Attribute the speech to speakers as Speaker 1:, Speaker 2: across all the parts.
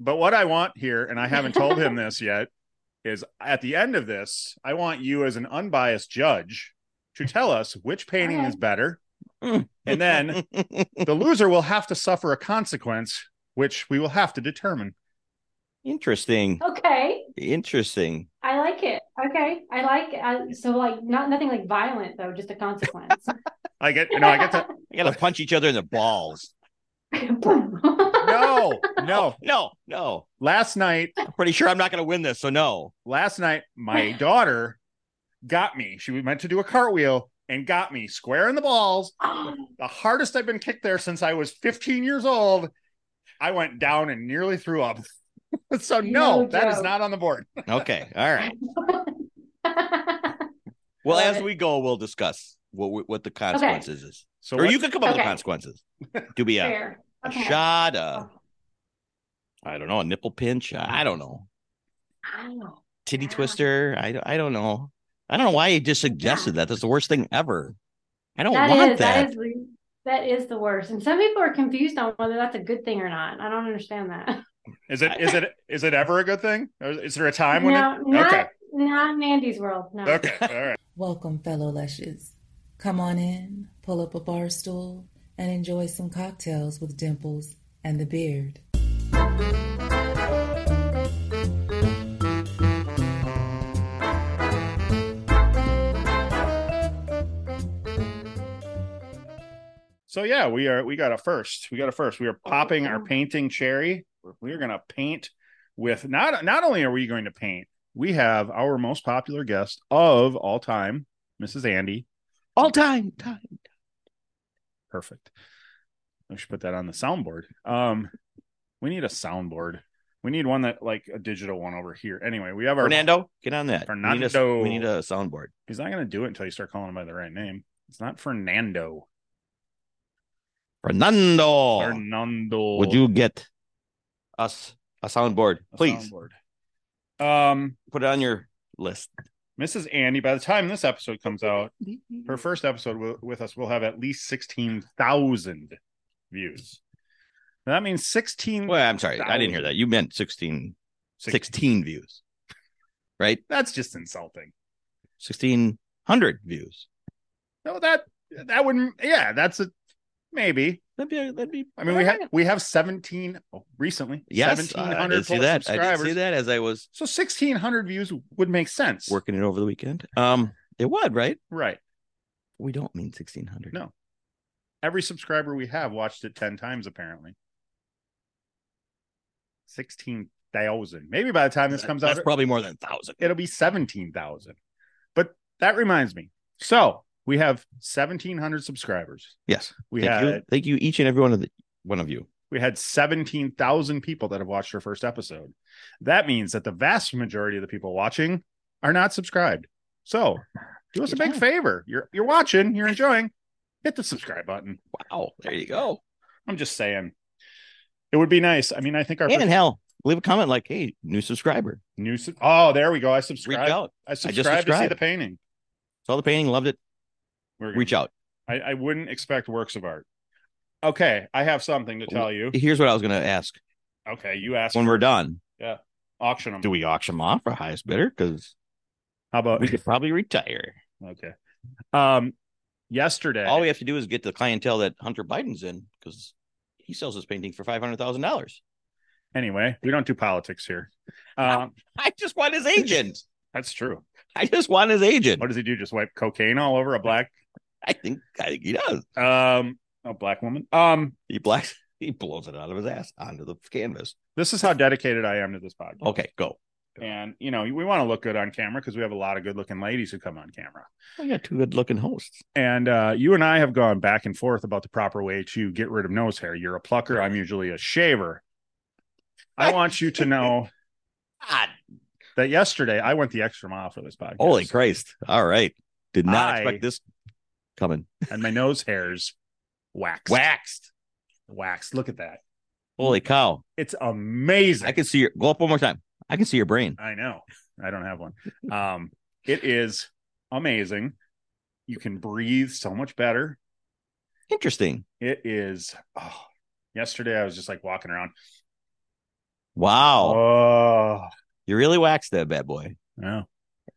Speaker 1: But what I want here, and I haven't told him this yet, is at the end of this, I want you as an unbiased judge to tell us which painting is better. And then the loser will have to suffer a consequence, which we will have to determine.
Speaker 2: Oh.
Speaker 3: Interesting.
Speaker 2: Okay,
Speaker 3: Interesting.
Speaker 2: I like it. Okay, I like I, so like not nothing like violent though, just a consequence.
Speaker 1: I get no, I get to
Speaker 3: I gotta punch each other in the balls.
Speaker 2: Boom.
Speaker 1: no, no.
Speaker 3: No, no.
Speaker 1: Last night,
Speaker 3: I'm pretty sure I'm not gonna win this, so no.
Speaker 1: last night, my daughter got me. She meant to do a cartwheel and got me square in the balls the hardest I've been kicked there since I was 15 years old. I went down and nearly threw up. so no,
Speaker 2: No
Speaker 1: that is
Speaker 2: joke.
Speaker 1: not on the board.
Speaker 3: Okay. All right. Well,
Speaker 2: Love
Speaker 3: as
Speaker 2: it.
Speaker 3: we go, we'll discuss what we- what the consequences is.
Speaker 1: So
Speaker 3: or
Speaker 1: what-
Speaker 3: you could come up with
Speaker 2: Okay.
Speaker 3: consequences. Do be a,
Speaker 2: Fair.
Speaker 3: a
Speaker 2: Okay. Oh.
Speaker 3: shot, a I don't know, a nipple pinch. I don't know.
Speaker 2: Ow.
Speaker 3: Titty
Speaker 2: Yeah.
Speaker 3: twister. I don't- I don't know. I don't know why you just suggested that. That's the worst thing ever. I don't
Speaker 2: That
Speaker 3: want
Speaker 2: is-
Speaker 3: that.
Speaker 2: that is the- that is the worst. And some people are confused on whether that's a good thing or not. I don't understand that.
Speaker 1: is it is it is it ever a good thing? Or is there a time when
Speaker 2: No,
Speaker 1: it
Speaker 2: not
Speaker 1: Okay.
Speaker 2: not in Andy's world. No.
Speaker 1: Okay. All right.
Speaker 4: Welcome, fellow Lushes. Come on in, pull up a bar stool, and enjoy some cocktails with Dimples and the Beard.
Speaker 1: So yeah, we are we got a first. We got a first. We are
Speaker 2: Oh,
Speaker 1: popping our painting cherry. We are gonna paint with not not only are we going to paint, we have our most popular guest of all time, Mrs. Andy.
Speaker 3: All time, time.
Speaker 1: Perfect. I should put that on the soundboard. Um, we need a soundboard. We need one that like a digital one over here. Anyway, we have our.
Speaker 3: Fernando, get on that. We need, a,
Speaker 1: Fernando.
Speaker 3: we need a soundboard.
Speaker 1: He's not gonna do it until you start calling him by the right name. It's not Fernando.
Speaker 3: Fernando,
Speaker 1: Fernando.
Speaker 3: would you get us a soundboard,
Speaker 1: a
Speaker 3: please?
Speaker 1: soundboard? Um,
Speaker 3: Put it on your list.
Speaker 1: Mrs. Andy. By the time this episode comes out, her first episode wi- with us will have at least sixteen thousand views. That means sixteen.
Speaker 3: Well, I'm sorry, I didn't hear that. You meant 16,
Speaker 1: 16
Speaker 3: 16 views, right?
Speaker 1: That's just insulting.
Speaker 3: Sixteen hundred views.
Speaker 1: No, that that wouldn't. Yeah, that's a maybe.
Speaker 3: That'd be. That'd be.
Speaker 1: I mean, we have we have seventeen oh, recently.
Speaker 3: Yes, I-
Speaker 1: seventeen
Speaker 3: I
Speaker 1: hundred
Speaker 3: did see
Speaker 1: full
Speaker 3: that. I did
Speaker 1: subscribers.
Speaker 3: see that as I was
Speaker 1: So sixteen hundred views would make sense.
Speaker 3: working it over the weekend. Um, it would, right?
Speaker 1: Right.
Speaker 3: We don't mean sixteen hundred.
Speaker 1: No. Every subscriber we have watched it ten times apparently. Sixteen thousand. Maybe by the time this comes
Speaker 3: That's
Speaker 1: out,
Speaker 3: probably more than a thousand.
Speaker 1: it'll be seventeen thousand. But that reminds me. So we have seventeen hundred subscribers.
Speaker 3: Yes.
Speaker 1: We
Speaker 3: thank
Speaker 1: had
Speaker 3: you. Thank you, each and every one of the one of you.
Speaker 1: we had 17,000 people that have watched our first episode. That means that the vast majority of the people watching are not subscribed. So do us a big favor. You're you're watching, you're enjoying, hit the subscribe button.
Speaker 3: Wow. There you go.
Speaker 1: I'm just saying. It would be nice. I mean, I think our
Speaker 3: And
Speaker 1: first
Speaker 3: hell, leave a comment like, "Hey, new subscriber."
Speaker 1: new sub- Oh, there we go. I
Speaker 3: Reach
Speaker 1: subscribe.
Speaker 3: out.
Speaker 1: I
Speaker 3: just
Speaker 1: subscribe to see
Speaker 3: subscribed.
Speaker 1: the painting.
Speaker 3: Saw the painting, loved it.
Speaker 1: We're
Speaker 3: Reach out.
Speaker 1: I, I wouldn't expect works of art. Okay, I have something to tell you.
Speaker 3: Here's what I was going to ask.
Speaker 1: Okay, you asked
Speaker 3: When we're done,
Speaker 1: auction them.
Speaker 3: do we auction them off for highest bidder? Because
Speaker 1: How about
Speaker 3: we could probably retire.
Speaker 1: okay? Um, yesterday.
Speaker 3: All we have to do is get the clientele that Hunter Biden's in because he sells his painting for five hundred thousand dollars.
Speaker 1: anyway, we don't do politics here. Um,
Speaker 3: I just want his agent.
Speaker 1: that's true.
Speaker 3: I just want his agent.
Speaker 1: What does he do? Just wipe cocaine all over a black
Speaker 3: I think I think he does.
Speaker 1: um a black woman. Um,
Speaker 3: He blacks. He blows it out of his ass onto the canvas.
Speaker 1: this is how dedicated I am to this podcast.
Speaker 3: Okay, go.
Speaker 1: And you know, we want to look good on camera because we have a lot of good looking ladies who come on camera.
Speaker 3: I got two good looking hosts.
Speaker 1: And uh, you and I have gone back and forth about the proper way to get rid of nose hair. You're a plucker, I'm usually a shaver. I want you to know
Speaker 3: God.
Speaker 1: that yesterday I went the extra mile for this podcast.
Speaker 3: Holy Christ. All right. Did not
Speaker 1: I-
Speaker 3: expect this coming.
Speaker 1: And my nose hairs waxed.
Speaker 3: Waxed.
Speaker 1: Waxed. Look at that.
Speaker 3: Holy cow.
Speaker 1: It's amazing.
Speaker 3: I can see your go up one more time. I can see your brain.
Speaker 1: I know. I don't have one. Um, it is amazing. You can breathe so much better.
Speaker 3: Interesting.
Speaker 1: It is. Oh, yesterday I was just like walking around.
Speaker 3: Wow.
Speaker 1: Oh,
Speaker 3: You really waxed that bad boy.
Speaker 1: no,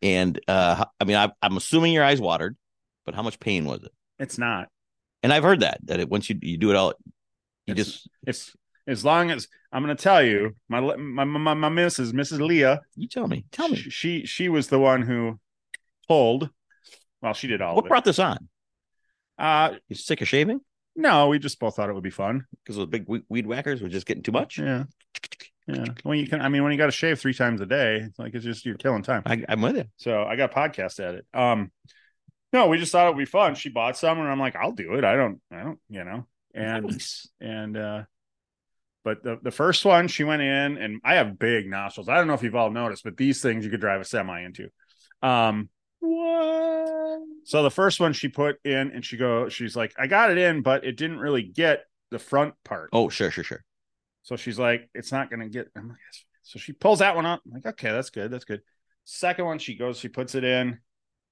Speaker 3: And uh ho- I mean I I'm assuming your eyes watered, but how much pain was it?
Speaker 1: it's not.
Speaker 3: And I've heard that that it once you you do it all you
Speaker 1: It's-
Speaker 3: just
Speaker 1: It's as long as I'm going to tell you, my my my, my missus, Mrs. Leah,
Speaker 3: you tell me. Tell me.
Speaker 1: she she was the one who pulled. Well, she did all
Speaker 3: What
Speaker 1: of it.
Speaker 3: brought this on?
Speaker 1: uh,
Speaker 3: You sick of shaving?
Speaker 1: no, we just both thought it would be fun.
Speaker 3: Because those big we- weed whackers were just getting too much.
Speaker 1: Yeah, yeah. When you can, I mean, when you got to shave three times a day, it's like it's just you're killing time.
Speaker 3: I, I'm with you.
Speaker 1: So I got a podcast at it. Um, no, we just thought it would be fun. She bought some, and I'm like, I'll do it. I don't, I don't, you know. And
Speaker 3: Nice.
Speaker 1: and uh, but the the first one, she went in, and I have big nostrils. I don't know if you've all noticed, but these things you could drive a semi into. Um,
Speaker 3: what?
Speaker 1: so the first one she put in, and she go, she's like, I got it in, but it didn't really get the front part.
Speaker 3: Oh, sure, sure, sure.
Speaker 1: So she's like, it's not gonna get. I'm like, "That's fine." so she pulls that one up. I'm like, okay, that's good, that's good. Second one, she goes, she puts it in,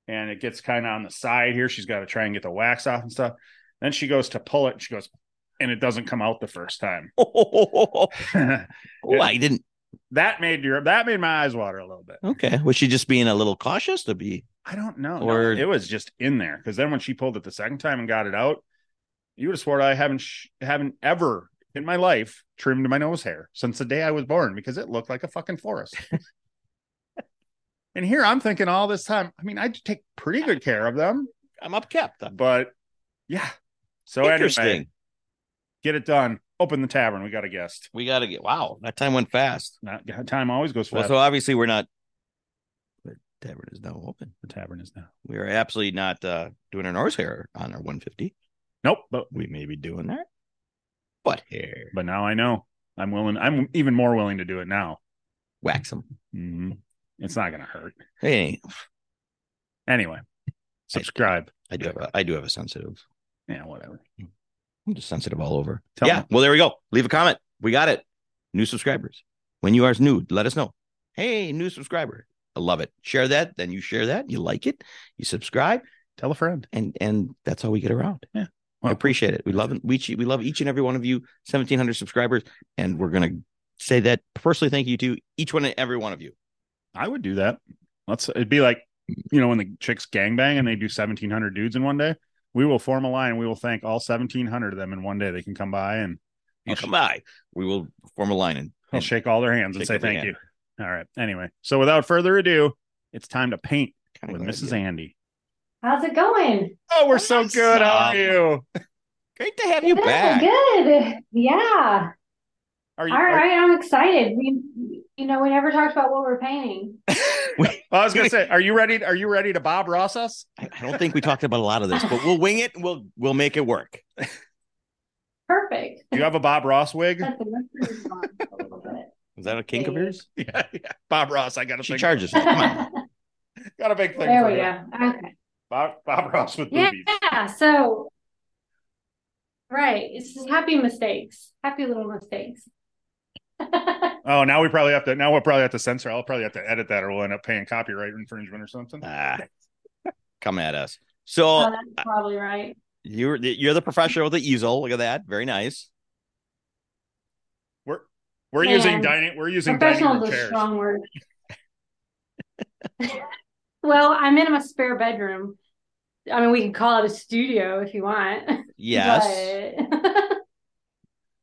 Speaker 1: and it gets kind of on the side here. She's got to try and get the wax off and stuff. Then she goes to pull it, and she goes, and it doesn't come out the first time.
Speaker 3: Oh, oh, oh, oh, oh.
Speaker 1: Yeah.
Speaker 3: Oh, I didn't.
Speaker 1: that made your that made my eyes water a little bit.
Speaker 3: Okay. Was she just being a little cautious to be?
Speaker 1: I don't know. No,
Speaker 3: Or-
Speaker 1: it was just in there because then when she pulled it the second time and got it out, you would have swore I haven't sh- haven't ever in my life trimmed my nose hair since the day I was born because it looked like a fucking forest. and here I'm thinking all this time. I mean, I take pretty good care of them,
Speaker 3: I'm upkept. I'm
Speaker 1: but yeah. So
Speaker 3: interesting.
Speaker 1: anyway, get it done. Open the tavern. We got a guest.
Speaker 3: We got to get. Wow, that time went fast.
Speaker 1: Not, time always goes
Speaker 3: Well,
Speaker 1: fast.
Speaker 3: so obviously we're not. The tavern is now open.
Speaker 1: the tavern is now.
Speaker 3: We are absolutely not uh, doing our nose hair on our 150.
Speaker 1: Nope. But
Speaker 3: We may be doing that. Butt hair.
Speaker 1: but now I know. I'm willing. I'm even more willing to do it now.
Speaker 3: Wax them.
Speaker 1: Mhm. It's not going to hurt.
Speaker 3: Hey,
Speaker 1: Anyway, subscribe.
Speaker 3: I do have a. I do have a sensitive.
Speaker 1: Yeah, whatever.
Speaker 3: I'm just sensitive all over.
Speaker 1: Tell
Speaker 3: yeah.
Speaker 1: me.
Speaker 3: Well, there we go. Leave a comment. We got it. New subscribers. When you are new, let us know. Hey, new subscriber. I love it. Share that. Then you share that. You like it. You subscribe,
Speaker 1: Tell a friend.
Speaker 3: and and that's how we get around.
Speaker 1: Yeah.
Speaker 3: I appreciate it. We love it. We che- we love each and every one of you. Seventeen hundred subscribers, and we're gonna say that personally. Thank you to each one and every one of you.
Speaker 1: I would do that. Let's. It'd be like, you know, when the chicks gangbang and they do seventeen hundred dudes in one day. We will form a line. We will thank all seventeen hundred of them in one day. They can come by and
Speaker 3: You
Speaker 1: I'll
Speaker 3: Oh, come
Speaker 1: Oh, sh-
Speaker 3: by. We will form a line and,
Speaker 1: I'll
Speaker 3: and
Speaker 1: shake all their hands and
Speaker 3: Shake
Speaker 1: say
Speaker 3: every
Speaker 1: thank
Speaker 3: hand.
Speaker 1: you. All right. Anyway, so without further ado, it's time to paint
Speaker 3: kinda
Speaker 1: with
Speaker 3: glad
Speaker 1: Mrs.
Speaker 3: you-
Speaker 1: Andy.
Speaker 2: How's it going?
Speaker 1: Oh, we're so
Speaker 3: Awesome.
Speaker 1: good. How are you?
Speaker 3: Great to have you
Speaker 2: Good,
Speaker 3: back.
Speaker 2: Good. Yeah.
Speaker 1: Are you?
Speaker 2: All
Speaker 1: are-
Speaker 2: right. I'm excited. We, you know, we never talked about what we're painting.
Speaker 1: I was gonna say, are you ready? Are you ready to Bob Ross us?
Speaker 3: I, I don't think we talked about a lot of this, but we'll wing it. And we'll we'll make it work.
Speaker 2: Perfect.
Speaker 1: Do you have a Bob Ross wig?
Speaker 2: Let the mushrooms on a little bit.
Speaker 3: Is that a kink of yours?
Speaker 1: yeah, yeah. Bob Ross. I got a
Speaker 3: She
Speaker 1: big,
Speaker 3: charges. Come on.
Speaker 1: got a big thing.
Speaker 2: There
Speaker 1: for
Speaker 2: we
Speaker 1: you.
Speaker 2: go. Okay.
Speaker 1: Bob, Bob Ross with
Speaker 2: Yeah,
Speaker 1: boobies.
Speaker 2: so right. It's just happy mistakes. Happy little mistakes.
Speaker 1: Oh, now we probably have to. Now we'll probably have to censor. I'll probably have to edit that, or we'll end up paying copyright infringement or something.
Speaker 3: Ah, come at us. So
Speaker 2: Oh, that's probably right.
Speaker 3: you're the- you're the professional with the easel. Look at that. Very nice.
Speaker 1: We're we're
Speaker 2: Man.
Speaker 1: using dining. We're using dining
Speaker 2: Professional
Speaker 1: room
Speaker 2: is a
Speaker 1: chairs.
Speaker 2: strong word. well, I'm in my spare bedroom. I mean, we can call it a studio if you want.
Speaker 3: Yes.
Speaker 2: But,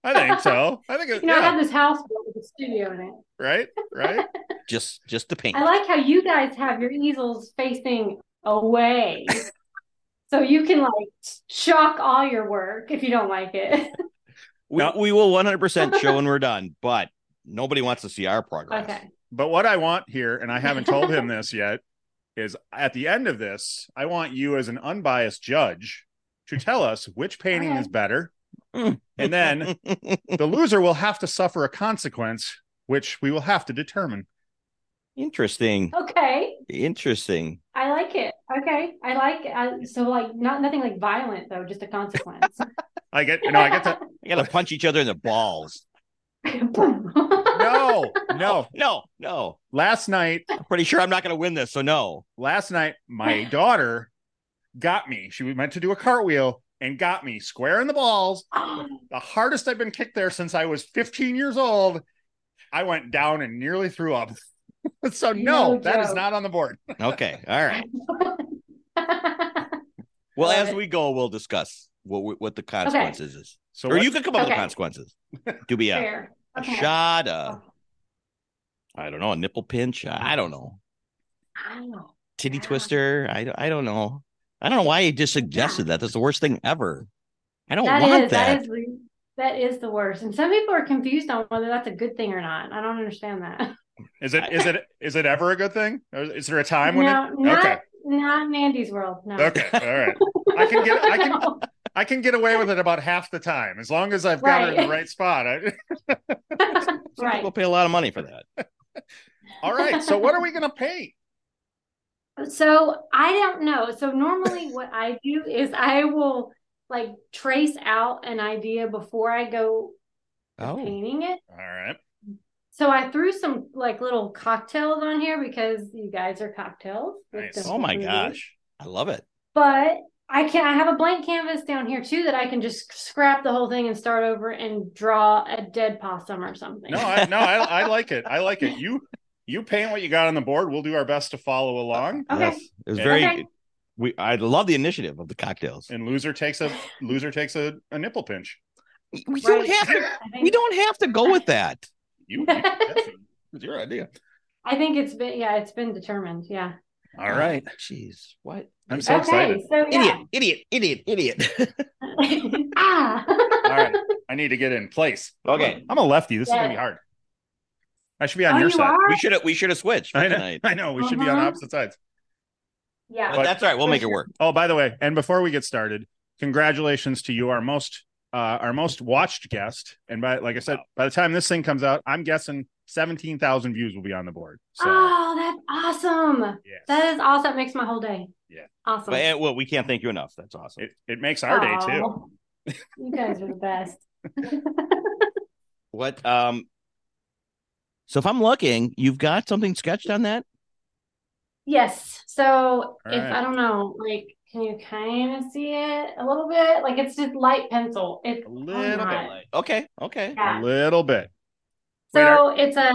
Speaker 1: I think so. I think it,
Speaker 2: you know, I
Speaker 1: yeah.
Speaker 2: had this house built with a studio in it.
Speaker 1: Right, right.
Speaker 3: Just just the paint.
Speaker 2: I like how you guys have your easels facing away. so you can like shock all your work if you don't like it.
Speaker 3: we,
Speaker 1: No.
Speaker 3: we will 100 percent show when we're done, but nobody wants to see our progress.
Speaker 2: Okay.
Speaker 1: But what I want here, and I haven't told him this yet, is at the end of this, I want you as an unbiased judge to tell us which painting
Speaker 2: Okay.
Speaker 1: is better
Speaker 3: Mm.
Speaker 1: And then the loser will have to suffer a consequence, which we will have to determine.
Speaker 3: Interesting.
Speaker 2: Okay.
Speaker 3: Interesting.
Speaker 2: I like it. Okay. I like it. I, so like not nothing like violent though, just a consequence.
Speaker 1: I get, no, I get that.
Speaker 3: I gotta punch each other in the balls.
Speaker 1: No, no.
Speaker 3: No, no.
Speaker 1: Last night,
Speaker 3: I'm pretty sure I'm not gonna win this, so no.
Speaker 1: last night, my daughter got me. She was meant to do a cartwheel and got me square in the balls. The hardest I've been kicked there since I was 15 years old. I went down and nearly threw up. so no,
Speaker 2: No
Speaker 1: that is
Speaker 2: joke.
Speaker 1: not on the board.
Speaker 3: Okay. All right. Well,
Speaker 2: Love
Speaker 3: as
Speaker 2: it.
Speaker 3: we go, we'll discuss what we- what the consequences is,
Speaker 1: So
Speaker 3: or
Speaker 1: what-
Speaker 3: you could come up with
Speaker 2: Okay.
Speaker 3: consequences. Do be a,
Speaker 2: Fair.
Speaker 3: a
Speaker 2: Okay.
Speaker 3: shot, a, I don't know, a nipple pinch. I don't know,
Speaker 2: Wow.
Speaker 3: titty
Speaker 2: Yeah.
Speaker 3: twister. I don't- I don't know. I don't know why you just suggested that. That's the worst thing ever. I don't
Speaker 2: That
Speaker 3: Oh, want
Speaker 2: is
Speaker 3: that.
Speaker 2: that is re- that is the worst. And some people are confused on whether that's a good thing or not. I don't understand that.
Speaker 1: is it is it is it ever a good thing? Or is there a time when
Speaker 2: no, not
Speaker 1: okay.
Speaker 2: not in Andy's world. No.
Speaker 1: it? Okay, all right. I can get I can
Speaker 2: No.
Speaker 1: I can get away with it about half the time as long as I've got her in the
Speaker 2: Right.
Speaker 1: right spot. I,
Speaker 2: right.
Speaker 3: People pay a lot of money for that.
Speaker 1: all right. So what are we gonna paint?
Speaker 2: So I don't know. So normally what I do is I will like trace out an idea before I go
Speaker 3: Oh,
Speaker 2: painting it.
Speaker 1: All right.
Speaker 2: So I threw some like little cocktails on here because you guys are cocktails. with
Speaker 1: Nice.
Speaker 2: Dimple
Speaker 3: oh my
Speaker 2: Voodoo.
Speaker 3: gosh, I love it.
Speaker 2: But I can I have a blank canvas down here too that I can just scrap the whole thing and start over and draw a dead possum or something.
Speaker 1: No, I, no, I, I like it. I like it. You you paint what you got on the board. We'll do our best to follow along.
Speaker 2: Okay.
Speaker 3: it was
Speaker 1: Yeah.
Speaker 3: very.
Speaker 2: Okay.
Speaker 3: We I love the initiative of the cocktails.
Speaker 1: And loser takes a loser takes a, a nipple pinch.
Speaker 3: We we
Speaker 2: Right.
Speaker 3: don't have to.
Speaker 2: I think-
Speaker 3: We don't have to go with that.
Speaker 1: You, you that's your idea.
Speaker 2: I think it's been yeah, it's been determined. Yeah.
Speaker 1: All right.
Speaker 3: Oh, Jeez, what?
Speaker 1: I'm so excited.
Speaker 2: So yeah.
Speaker 3: idiot, idiot, idiot, idiot.
Speaker 2: ah.
Speaker 1: All right. I need to get in place.
Speaker 3: Okay.
Speaker 1: I'm a lefty. This is gonna be
Speaker 2: Yeah.
Speaker 1: hard. I should be on
Speaker 2: Oh,
Speaker 1: your
Speaker 2: you
Speaker 1: side.
Speaker 2: are?
Speaker 3: we should have we should have switched for
Speaker 1: I know.
Speaker 3: tonight.
Speaker 1: I know. We should be on
Speaker 2: Uh-huh.
Speaker 1: opposite sides.
Speaker 2: Yeah.
Speaker 3: But that's all right. We'll make it work.
Speaker 1: Oh, by the way, and before we get started, congratulations to you, our most uh, our most watched guest. And by like I said, by the time this thing comes out, I'm guessing seventeen thousand views will be on the board. So
Speaker 2: Oh, that's awesome.
Speaker 1: yes.
Speaker 2: That is awesome. It makes my whole day.
Speaker 1: Yeah.
Speaker 2: Awesome.
Speaker 3: But uh, well, we can't thank you enough. That's awesome.
Speaker 1: it, it makes our day too.
Speaker 2: Oh. Aw. you guys are the best.
Speaker 3: What? Um. So if I'm looking, you've got something sketched on that.
Speaker 2: yes. So if
Speaker 1: right.
Speaker 2: I don't know, like, can you kind of see it a little bit? Like it's just light pencil. It's
Speaker 1: A little
Speaker 2: not.
Speaker 1: bit.
Speaker 3: Okay. Okay.
Speaker 2: Oh, Yeah.
Speaker 1: A little bit. Wait,
Speaker 2: So it's a, a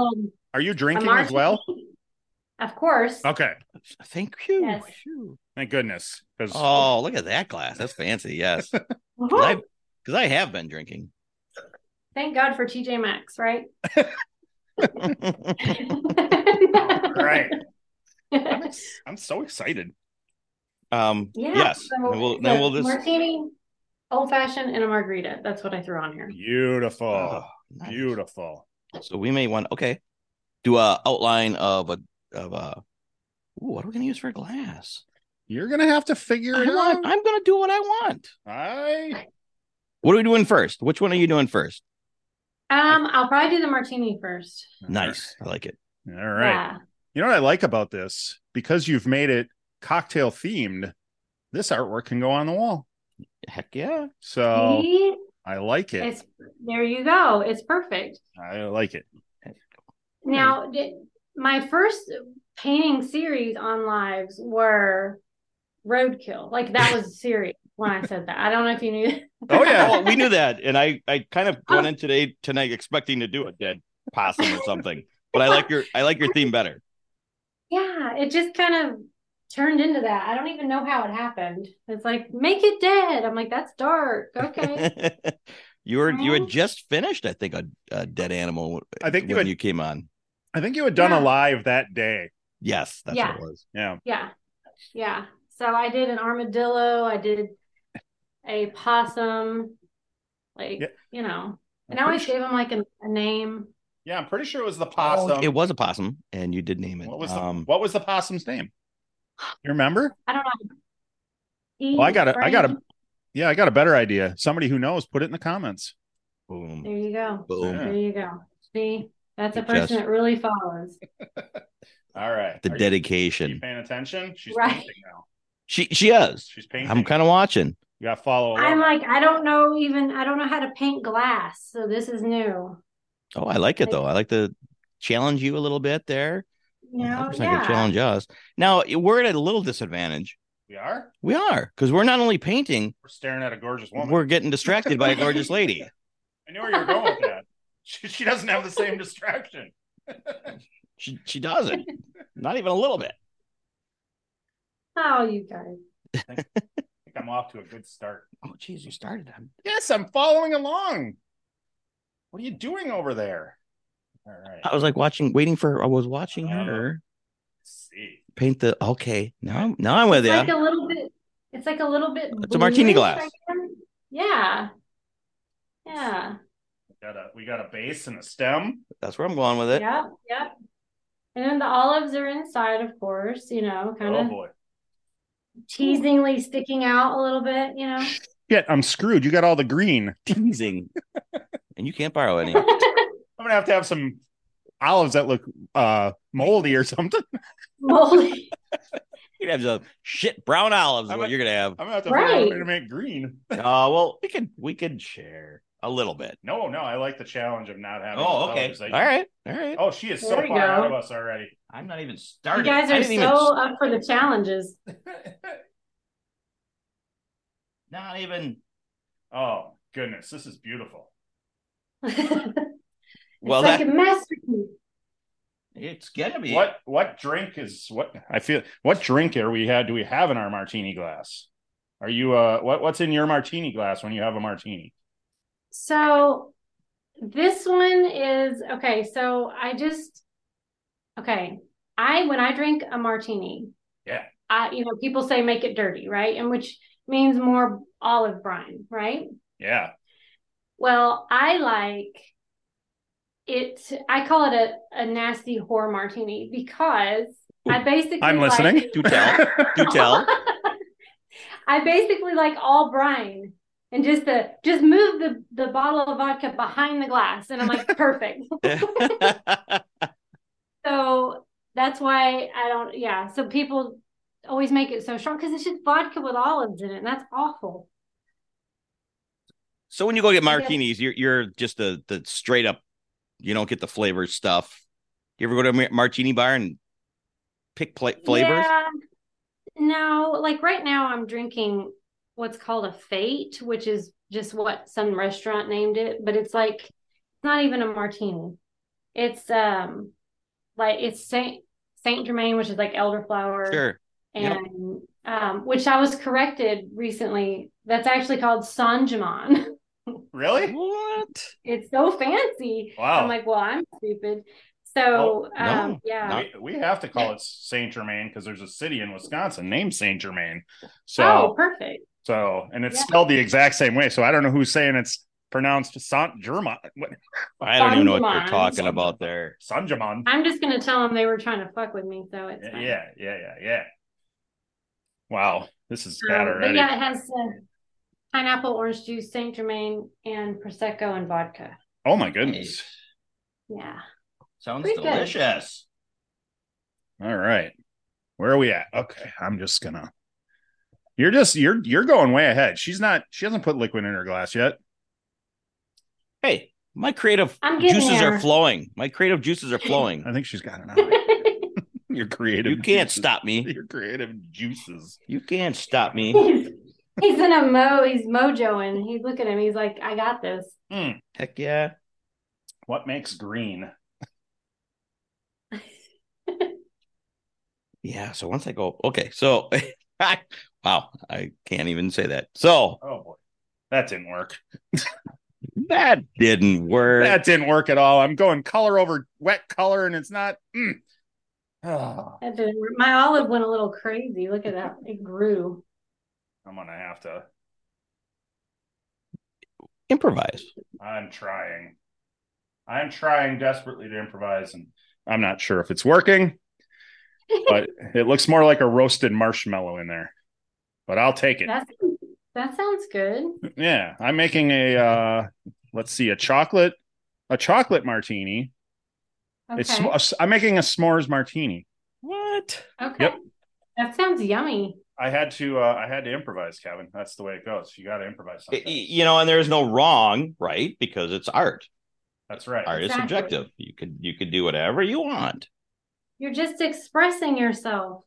Speaker 1: Are you drinking as
Speaker 2: martini.
Speaker 1: well?
Speaker 2: Of course.
Speaker 1: Okay.
Speaker 3: Thank you.
Speaker 2: Yes.
Speaker 3: Phew.
Speaker 1: Thank goodness. 'Cause-
Speaker 3: Oh, look at that glass. That's fancy. Yes.
Speaker 2: Woo-hoo.
Speaker 3: Because I, have been drinking.
Speaker 2: Thank God for TJ Maxx, right?
Speaker 1: right. I'm, ex- I'm so excited.
Speaker 3: um.
Speaker 2: Yeah,
Speaker 3: yes.
Speaker 2: so
Speaker 3: And we'll,
Speaker 2: it's
Speaker 3: then
Speaker 2: a
Speaker 3: we'll just.
Speaker 2: martini, old fashioned, and a margarita. That's what I threw on here.
Speaker 1: Beautiful.
Speaker 3: Oh, nice.
Speaker 1: Beautiful.
Speaker 3: So we may want okay, do a outline of a of a. Ooh, what are we gonna use for glass?
Speaker 1: You're gonna have to figure
Speaker 3: I
Speaker 1: it
Speaker 2: Uh-huh.
Speaker 3: want,
Speaker 1: out.
Speaker 3: I'm gonna do what I want.
Speaker 1: I
Speaker 3: What are we doing first? Which one are you doing first?
Speaker 2: Um, I'll probably do the martini first.
Speaker 3: Nice, I like it.
Speaker 1: All right.
Speaker 2: Yeah.
Speaker 1: You know what I like about this? Because you've made it cocktail themed, this artwork can go on the wall.
Speaker 3: Heck yeah!
Speaker 1: So
Speaker 2: See?
Speaker 1: I like it.
Speaker 2: It's there you go. It's perfect.
Speaker 1: I like it.
Speaker 2: Now, di- my first painting series on lives were roadkill. Like that was serious when I said that. I don't know if you knew.
Speaker 1: Oh yeah.
Speaker 3: Well, we knew that, and I I kind of went in today tonight expecting to do a dead possum or something, but I like your I like your theme better.
Speaker 2: Yeah, it just kind of turned into that. I don't even know how it happened. It's like make it dead. I'm like that's dark. Okay.
Speaker 3: you were you had just finished, I think, a, a dead animal.
Speaker 1: I think you
Speaker 3: when
Speaker 1: had
Speaker 3: you came on.
Speaker 1: I think you had done
Speaker 2: Yeah.
Speaker 1: a live that day.
Speaker 3: Yes, that's
Speaker 2: Yeah.
Speaker 3: what it was.
Speaker 1: Yeah.
Speaker 2: Yeah. Yeah. So I did an armadillo, I did a possum, like,
Speaker 1: Yeah.
Speaker 2: you know.
Speaker 1: I'm
Speaker 2: And I always
Speaker 1: pretty
Speaker 2: gave them like a, a name.
Speaker 1: Yeah, I'm pretty sure it was the possum.
Speaker 3: Oh, It was a possum, and you did name it.
Speaker 1: what was the
Speaker 3: Um,
Speaker 1: what was the possum's name? You remember?
Speaker 2: I don't know.
Speaker 1: Well, I gotta- I gotta- Yeah, I got a better idea. Somebody who knows, put it in the comments.
Speaker 3: Boom.
Speaker 2: There you go.
Speaker 3: Boom.
Speaker 1: Yeah.
Speaker 2: There you go. See, that's a
Speaker 3: Good
Speaker 2: person
Speaker 3: gesture.
Speaker 2: that really follows.
Speaker 1: All right. Are
Speaker 3: The
Speaker 1: you- You,
Speaker 3: dedication.
Speaker 1: paying attention? She's
Speaker 2: Right.
Speaker 1: painting now.
Speaker 3: She she is.
Speaker 1: She's painting.
Speaker 3: I'm kind of watching.
Speaker 1: You got to follow along.
Speaker 2: I'm like, I don't know even, I don't know how to paint glass. So this is new.
Speaker 3: Oh, I like it though. I like to challenge you a little bit there.
Speaker 2: You know,
Speaker 3: It's like a
Speaker 2: yeah.
Speaker 3: challenge us. Now we're at a little disadvantage.
Speaker 1: we are.
Speaker 3: We are because we're not only painting,
Speaker 1: We're staring at a gorgeous woman.
Speaker 3: we're getting distracted by a gorgeous lady.
Speaker 1: I knew where you were going with that. She, she doesn't have the same distraction.
Speaker 3: She she doesn't. Not even a little bit.
Speaker 2: Oh, you guys.
Speaker 1: I think I'm off to a good start.
Speaker 3: Oh, geez, you started them.
Speaker 1: Yes, I'm following along. What are you doing over there? All right.
Speaker 3: I was like watching, waiting for. I was watching
Speaker 1: Oh.
Speaker 3: her
Speaker 1: Let's see.
Speaker 3: paint the. Okay, now now I'm with
Speaker 2: It's
Speaker 3: you.
Speaker 2: like a little bit, it's like a little bit.
Speaker 3: It's a martini
Speaker 2: bluish,
Speaker 3: glass.
Speaker 2: I guess. Yeah. Yeah.
Speaker 1: We got a we got a base and a stem.
Speaker 3: That's where I'm going with it.
Speaker 2: Yep. Yep. And then the olives are inside, of course, you know, kind
Speaker 1: Oh
Speaker 2: of
Speaker 1: boy.
Speaker 2: teasingly sticking out a little bit, you know.
Speaker 1: Shit, I'm screwed. You got all the green.
Speaker 3: Teasing, and you can't borrow any.
Speaker 1: I'm gonna have to have some olives that look uh moldy or something.
Speaker 2: Moldy.
Speaker 3: You're gonna have some shit brown olives. Is
Speaker 1: I'm
Speaker 3: what
Speaker 1: a-
Speaker 3: you're gonna have.
Speaker 1: I'm gonna have to figure out a way
Speaker 2: Right.
Speaker 1: to make green.
Speaker 3: Oh well, we could we could share a little bit.
Speaker 1: No, no, I like the challenge of not having.
Speaker 3: Oh okay.
Speaker 1: colors. Like-
Speaker 3: all right. All right.
Speaker 1: Oh, she is so far
Speaker 2: There you
Speaker 1: out
Speaker 2: go.
Speaker 1: of us already.
Speaker 3: I'm not even
Speaker 2: You
Speaker 3: started.
Speaker 2: guys
Speaker 3: I
Speaker 2: are
Speaker 3: didn't
Speaker 2: so
Speaker 3: even-
Speaker 2: up for the challenges.
Speaker 3: not even.
Speaker 1: oh goodness, this is beautiful.
Speaker 2: it's
Speaker 3: Well,
Speaker 2: like
Speaker 3: that
Speaker 2: a masterpiece.
Speaker 3: it's gonna be
Speaker 1: What what drink is what I feel what drink are we had do we have in our martini glass? Are you uh what what's in your martini glass when you have a martini?
Speaker 2: So this one is okay. So I just okay. I when I drink a martini,
Speaker 1: Yeah.
Speaker 2: I you know people say make it dirty, right? And which means more olive brine, right?
Speaker 1: Yeah.
Speaker 2: Well, I like it. I call it a, a nasty whore martini because I basically
Speaker 1: I'm
Speaker 2: like-
Speaker 1: listening.
Speaker 3: Do tell. Do tell.
Speaker 2: I basically like all brine and just the just move the the bottle of vodka behind the glass and I'm like perfect. So that's why I don't yeah, so people always make it so strong cuz it's just vodka with olives in it and that's awful.
Speaker 3: so when you go get martinis, you're you're just the the straight up. You don't get the flavor stuff. You ever go to a ma- martini bar and pick pla- flavors?
Speaker 2: Yeah. No, like right now I'm drinking what's called a fate, which is just what some restaurant named it, but it's like it's not even a martini. It's um like it's Saint Saint Germain, which is like elderflower
Speaker 3: Sure. Yep.
Speaker 2: and um which I was corrected recently. That's actually called Sanjamon.
Speaker 1: Really?
Speaker 3: What?
Speaker 2: It's so fancy.
Speaker 1: Wow.
Speaker 2: I'm like, well, I'm stupid. So
Speaker 3: Oh, no,
Speaker 2: um yeah.
Speaker 1: we, we have to call it Saint Germain because there's a city in Wisconsin named Saint Germain. So
Speaker 2: Oh, perfect.
Speaker 1: so and it's
Speaker 2: Yeah.
Speaker 1: spelled the exact same way. So I don't know who's saying it's pronounced Saint Germain what
Speaker 3: I don't even know what they're
Speaker 2: Bonbons.
Speaker 3: talking about there.
Speaker 1: Saint Germain.
Speaker 2: I'm just gonna tell them they were trying to fuck with me, so it's
Speaker 1: Yeah,
Speaker 2: fine.
Speaker 1: yeah, yeah, yeah, yeah. Wow, this is
Speaker 2: Um,
Speaker 1: bad
Speaker 2: but
Speaker 1: already.
Speaker 2: yeah, it has uh, pineapple, orange juice, Saint Germain, and prosecco and vodka.
Speaker 1: Oh my goodness.
Speaker 2: Yeah.
Speaker 3: Sounds
Speaker 2: Pretty good.
Speaker 3: delicious.
Speaker 1: All right. Where are we at? Okay. I'm just gonna you're just you're you're going way ahead. She's not she hasn't put liquid in her glass yet.
Speaker 3: Hey, my creative
Speaker 2: I'm getting
Speaker 3: juices
Speaker 2: there.
Speaker 3: are flowing. My creative juices are flowing.
Speaker 1: I think she's got it out. Your creative
Speaker 3: you can't
Speaker 1: juices.
Speaker 3: stop me.
Speaker 1: Your creative juices.
Speaker 3: You can't stop me.
Speaker 2: he's, he's in a mo he's mojoing. He's looking at him, he's like, I got this.
Speaker 1: Hmm.
Speaker 3: Heck yeah.
Speaker 1: What makes green?
Speaker 3: Yeah. So once I go, okay. So, wow, I can't even say that. So
Speaker 1: Oh boy. That didn't work.
Speaker 3: that didn't work.
Speaker 1: That didn't work at all. I'm going color over wet color and it's not mm. Ah,
Speaker 2: That didn't work. My olive went a little crazy. Look at that. It grew.
Speaker 1: I'm gonna have to
Speaker 3: Improvise.
Speaker 1: I'm trying. I'm trying desperately to improvise, and I'm not sure if it's working, but it looks more like a roasted marshmallow in there. But I'll take it.
Speaker 2: That's That sounds good.
Speaker 1: Yeah, I'm making a uh let's see a chocolate a chocolate martini.
Speaker 2: Okay.
Speaker 1: It's sm- I'm making a s'mores martini.
Speaker 3: What?
Speaker 2: okay.
Speaker 1: yep.
Speaker 2: That sounds yummy.
Speaker 1: I had to uh I had to improvise, Kevin. That's the way it goes. You got to improvise
Speaker 3: Y-
Speaker 1: something.
Speaker 3: y- You know, and there's no wrong, right? Because it's art.
Speaker 1: That's right.
Speaker 3: Art is
Speaker 2: Exactly.
Speaker 3: subjective. You could you could do whatever you want.
Speaker 2: You're just expressing yourself.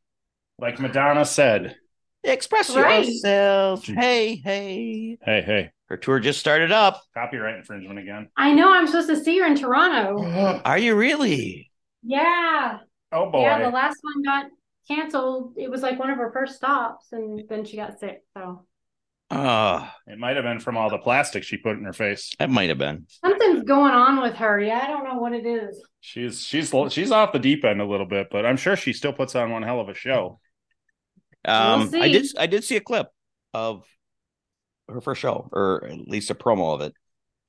Speaker 1: Like Madonna said,
Speaker 3: Express
Speaker 2: Right.
Speaker 3: yourself. Hey, hey.
Speaker 1: "Hey, hey,
Speaker 3: Her tour just started up.
Speaker 1: copyright infringement again."
Speaker 2: I know I'm supposed to see her in Toronto.
Speaker 1: oh
Speaker 3: Are you really?
Speaker 2: Yeah.
Speaker 1: boy.
Speaker 2: Yeah, the last one got canceled. It was like one of her first stops, and then she got sick. So
Speaker 3: Oh,
Speaker 1: It might have been from all the plastic she put in her face.
Speaker 3: that might have been.
Speaker 2: something's going on with her. Yeah, I don't know what it is.
Speaker 1: She's she's she's off the deep end a little bit, but I'm sure she still puts on one hell of a show.
Speaker 3: Um,
Speaker 2: We'll
Speaker 3: I did.
Speaker 2: see.
Speaker 3: I did see a clip of her first show, or at least a promo of it,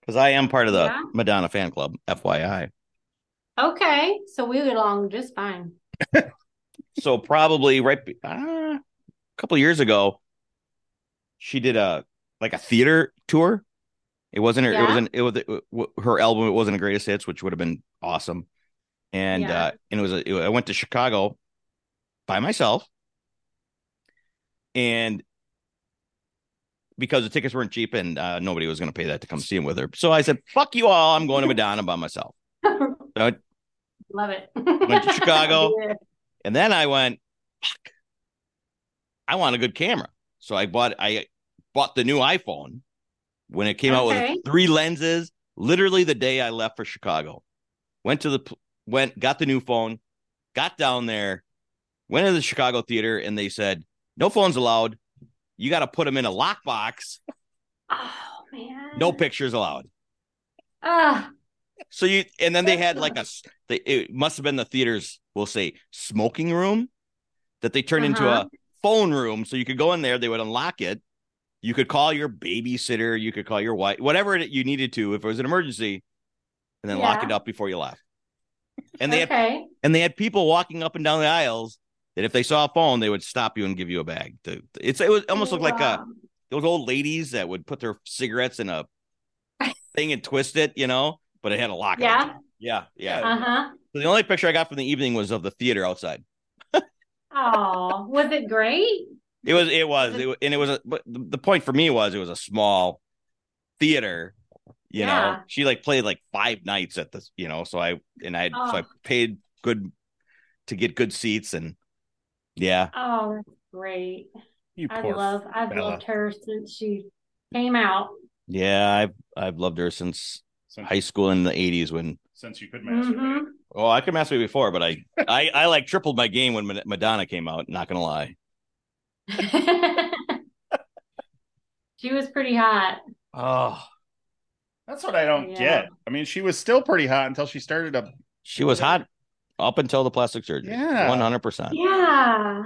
Speaker 3: because I am part of the
Speaker 2: Yeah.
Speaker 3: Madonna fan club. FYI,
Speaker 2: Okay, so we get along just fine.
Speaker 3: so probably right be- ah, a couple years ago, she did a like a theater tour. It wasn't her. It
Speaker 2: Yeah.
Speaker 3: wasn't. It was it, wa- her album. It wasn't a greatest hits, which would have been awesome. And
Speaker 2: Yeah.
Speaker 3: uh, and it was. A, it, I went to Chicago by myself, and because the tickets weren't cheap and uh, nobody was going to pay that to come see him with her, so I said, "Fuck you all! I'm going to Madonna by myself." Right.
Speaker 2: Love it.
Speaker 3: Uh, Went to Chicago.
Speaker 2: Yeah.
Speaker 3: And then I went, fuck, I want a good camera. So I bought I bought the new iPhone when it came out
Speaker 2: Okay.
Speaker 3: with three lenses. Literally the day I left for Chicago, went to the p- went got the new phone, got down there, went to the Chicago theater, and they said no phones allowed. You got to put them in a lockbox.
Speaker 2: Oh man.
Speaker 3: No pictures allowed.
Speaker 2: Ah,
Speaker 3: So you and then they had like a s- they, it must have been the theater's we'll say smoking room that they turned into
Speaker 2: Uh-huh.
Speaker 3: a phone room so you could go in there they would unlock it you could call your babysitter you could call your wife whatever it- you needed to if it was an emergency and then lock
Speaker 2: Yeah.
Speaker 3: it up before you left and they had
Speaker 2: okay.
Speaker 3: and they had people walking up and down the aisles that if they saw a phone they would stop you and give you a bag to, it's it was almost looked like a
Speaker 2: Wow.
Speaker 3: those old ladies that would put their cigarettes in a thing and twist it, you know, but it had a lock. on
Speaker 2: Yeah.
Speaker 3: it. Yeah. Yeah.
Speaker 2: Uh huh.
Speaker 3: So the only picture I got from the evening was of the theater outside.
Speaker 2: Oh, was it great?
Speaker 3: It was, it was, it, wa- and it was, a, but the the point for me was it was a small theater. You know,
Speaker 2: Yeah.
Speaker 3: she like played like five nights at this, you know, so I, and I, so I
Speaker 2: Oh.
Speaker 3: paid good to get good seats and yeah.
Speaker 2: Oh, that's great.
Speaker 1: You
Speaker 2: I
Speaker 1: poor.
Speaker 2: love. I've
Speaker 1: fella.
Speaker 2: loved her since she came out.
Speaker 3: Yeah. I've, I've loved her since
Speaker 1: since,
Speaker 3: high school in the 80s when
Speaker 1: since you could masturbate.
Speaker 2: Mhm.
Speaker 3: Oh, I could masturbate before, but I, I, I like tripled my game when Ma- Madonna came out. Not gonna lie.
Speaker 2: she was pretty hot.
Speaker 3: Oh,
Speaker 1: That's what I don't
Speaker 2: Yeah.
Speaker 1: get. I mean, she was still pretty hot until she started up.
Speaker 3: she was hot up until the plastic surgery.
Speaker 1: Yeah.
Speaker 3: one hundred percent.
Speaker 2: Yeah.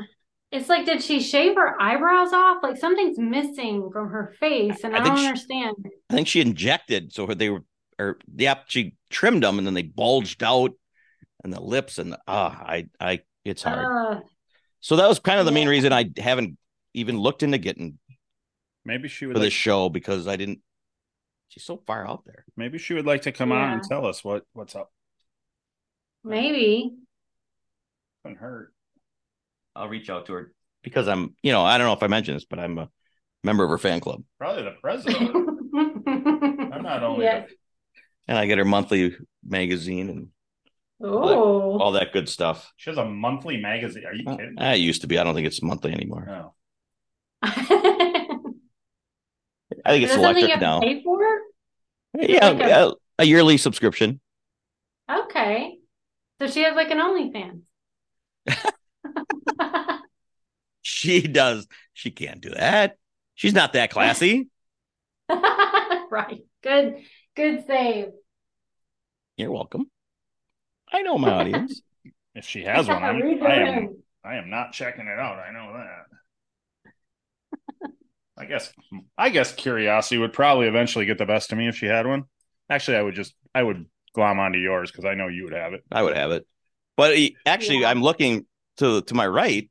Speaker 2: It's like, did she shave her eyebrows off? Like something's missing from her face, and
Speaker 3: I
Speaker 2: I,
Speaker 3: think
Speaker 2: don't
Speaker 3: she-
Speaker 2: understand.
Speaker 3: I think she injected, so they were, or yep, she trimmed them, and then they bulged out, and the lips, and the, ah, I, I, it's hard.
Speaker 2: Ugh.
Speaker 3: so that was kind of the main
Speaker 2: Oh. yeah.
Speaker 3: reason I haven't even looked into getting
Speaker 1: Maybe she
Speaker 3: for
Speaker 1: would. Like,
Speaker 3: this show because I didn't. She's so far out there.
Speaker 1: maybe she would like to come on and tell us what what's up.
Speaker 2: maybe.
Speaker 1: Doesn't hurt.
Speaker 3: I'll reach out to her because I'm, you know, I don't know if I mentioned this, but I'm a member of her fan club.
Speaker 1: Probably the president. I'm
Speaker 2: I'm
Speaker 1: not only.
Speaker 2: Yeah.
Speaker 3: and I get her monthly magazine and
Speaker 2: Oh.
Speaker 3: all that good stuff.
Speaker 1: she has a monthly magazine. Are you kidding?
Speaker 3: I used to be. I don't think it's monthly anymore.
Speaker 1: No.
Speaker 3: I think
Speaker 2: Is
Speaker 3: it's
Speaker 2: that something you
Speaker 3: electric
Speaker 2: have
Speaker 3: now.
Speaker 2: to pay for?
Speaker 3: Yeah,
Speaker 2: Like a-
Speaker 3: yeah, a yearly subscription.
Speaker 2: Okay. So she has like an OnlyFans.
Speaker 3: She does. She can't do that. She's not that classy.
Speaker 2: right. Good. Good save.
Speaker 3: You're welcome. I know my audience.
Speaker 1: If she has one, I'm,
Speaker 2: Read
Speaker 1: I
Speaker 2: her
Speaker 1: am.
Speaker 2: name.
Speaker 1: I am not checking it out. I know that. I guess. I guess curiosity would probably eventually get the best of me if she had one. Actually, I would just. I would glom onto yours because I know you would have it.
Speaker 3: I would have it, but eh, actually,
Speaker 2: Yeah.
Speaker 3: I'm looking to to my right.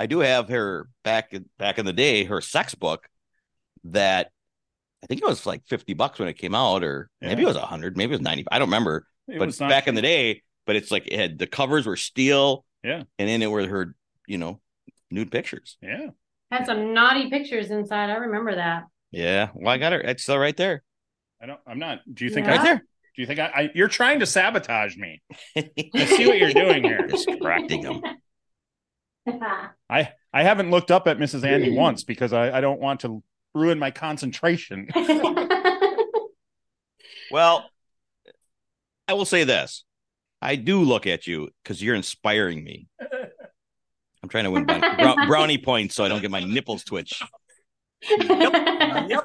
Speaker 3: I do have her back back in the day. Her sex book that I think it was like 50 bucks when it came out, or maybe it was 100, maybe it was 90. I don't remember.
Speaker 1: It
Speaker 3: but
Speaker 1: was not
Speaker 3: back in the day, but it's like it had the covers were steel.
Speaker 1: Yeah.
Speaker 3: And in it were her, you know, nude pictures.
Speaker 1: Yeah.
Speaker 2: Had some naughty pictures inside. I remember that.
Speaker 3: Yeah. Well, I got her. It's still right there.
Speaker 1: I don't. I'm not. Do you think
Speaker 2: Yeah.
Speaker 1: I?
Speaker 3: Right there.
Speaker 1: Do you think I, I? You're trying to sabotage me. I see what you're doing here.
Speaker 3: Distracting them.
Speaker 1: I I haven't looked up at Mrs. Andy once because I I don't want to ruin my concentration.
Speaker 3: Well, I will say this. I do look at you because you're inspiring me. I'm trying to win brown- brown- brownie points so I don't get my nipples twitch.
Speaker 1: Uh,
Speaker 3: Yep.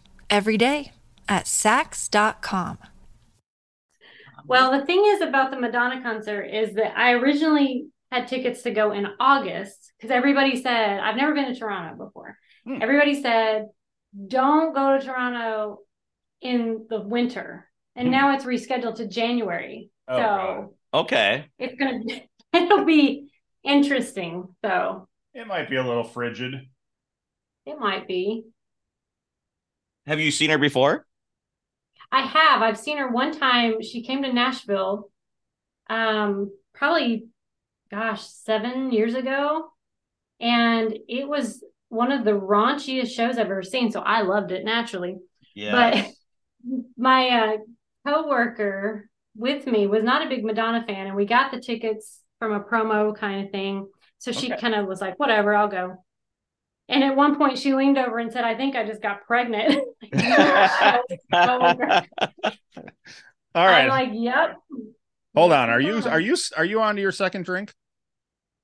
Speaker 5: every day at Sax.com.
Speaker 2: Well, the thing is about the Madonna concert is that I originally had tickets to go in August because everybody said, I've never been to Toronto before.
Speaker 1: Hmm.
Speaker 2: Everybody said, don't go to Toronto in the winter. And
Speaker 1: Hmm.
Speaker 2: now it's rescheduled to January.
Speaker 1: Oh,
Speaker 2: so
Speaker 1: God.
Speaker 3: Okay.
Speaker 2: it's going to, it'll be interesting. So
Speaker 1: It might be a little frigid.
Speaker 2: it might be.
Speaker 3: Have you seen her before?
Speaker 2: I have. I've seen her one time. She came to Nashville, um, probably, gosh, seven years ago. And it was one of the raunchiest shows I've ever seen. So I loved it naturally. But my uh, coworker with me was not a big Madonna fan, and we got the tickets from a promo kind of thing. So she kind of was like, "Whatever, I'll go." And at one point, she leaned over and said, "I think I just got pregnant." coworker.
Speaker 1: All right.
Speaker 2: I'm like, "Yep."
Speaker 1: Hold on. Are you are you are you on to your second drink?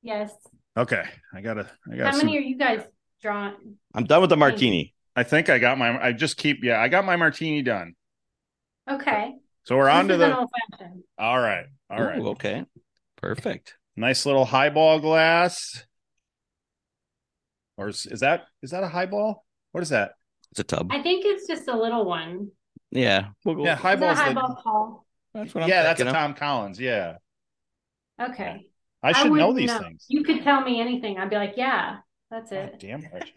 Speaker 2: Yes.
Speaker 1: Okay. I gotta. I got.
Speaker 2: How
Speaker 1: to
Speaker 2: many are you guys drawing?
Speaker 3: I'm done with the martini.
Speaker 1: I think I got my. I just keep. Yeah. I got my martini done.
Speaker 2: Okay.
Speaker 1: So we're on
Speaker 2: This
Speaker 1: to
Speaker 2: is an
Speaker 1: the.
Speaker 2: old fashioned.
Speaker 1: All right. All right.
Speaker 3: Ooh, okay. Perfect.
Speaker 1: Nice little highball glass. Or is, is that is that a highball? What is that?
Speaker 3: It's a tub.
Speaker 2: I think it's just a little one.
Speaker 3: Yeah. We'll go-
Speaker 1: Yeah,
Speaker 2: It's a
Speaker 1: highball's the-
Speaker 2: highball call.
Speaker 3: That's what I'm
Speaker 1: yeah, that's a
Speaker 3: thinking of.
Speaker 1: Tom Collins. Yeah,
Speaker 2: Okay.
Speaker 1: I should know
Speaker 2: wouldn't
Speaker 1: these things.
Speaker 2: You could tell me anything. I'd be like, yeah, that's
Speaker 1: God
Speaker 2: it.
Speaker 1: damn right.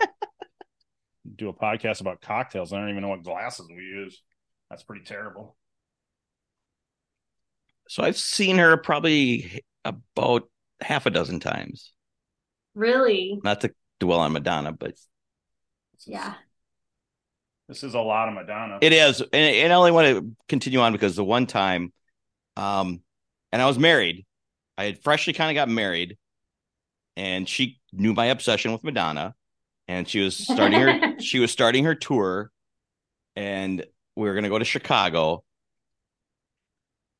Speaker 1: Do a podcast about cocktails. I don't even know what glasses we use. That's pretty terrible.
Speaker 3: So I've seen her probably about half a dozen times.
Speaker 2: Really?
Speaker 3: Not to dwell on Madonna, but
Speaker 1: This is,
Speaker 2: Yeah.
Speaker 1: this is a lot of Madonna.
Speaker 3: It is, and, and I only want to continue on because the one time, um, and I was married, I had freshly kind of got married, and she knew my obsession with Madonna, and she was starting her she was starting her tour, and we were going to go to Chicago.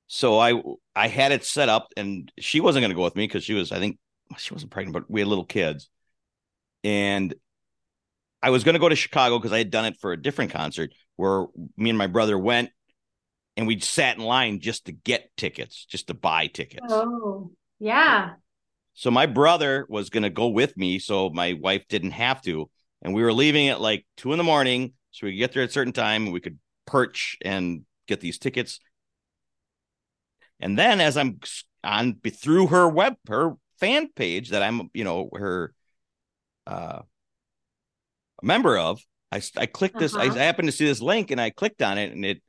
Speaker 3: So I I had it set up, and she wasn't going to go with me because she was I think she wasn't pregnant, but we had little kids, and I was going to go to Chicago because I had done it for a different concert where me and my brother went and we sat in line just to get tickets, just to buy tickets.
Speaker 2: Oh, yeah.
Speaker 3: So my brother was going to go with me. So my wife didn't have to. And we were leaving at like two in the morning. So we could get there at a certain time. and We could perch and get these tickets. And then as I'm on through her web, her fan page that I'm, you know, her uh, a member of, I, s- I clicked this.
Speaker 2: Uh-huh.
Speaker 3: I happened to see this link and I clicked on it and it,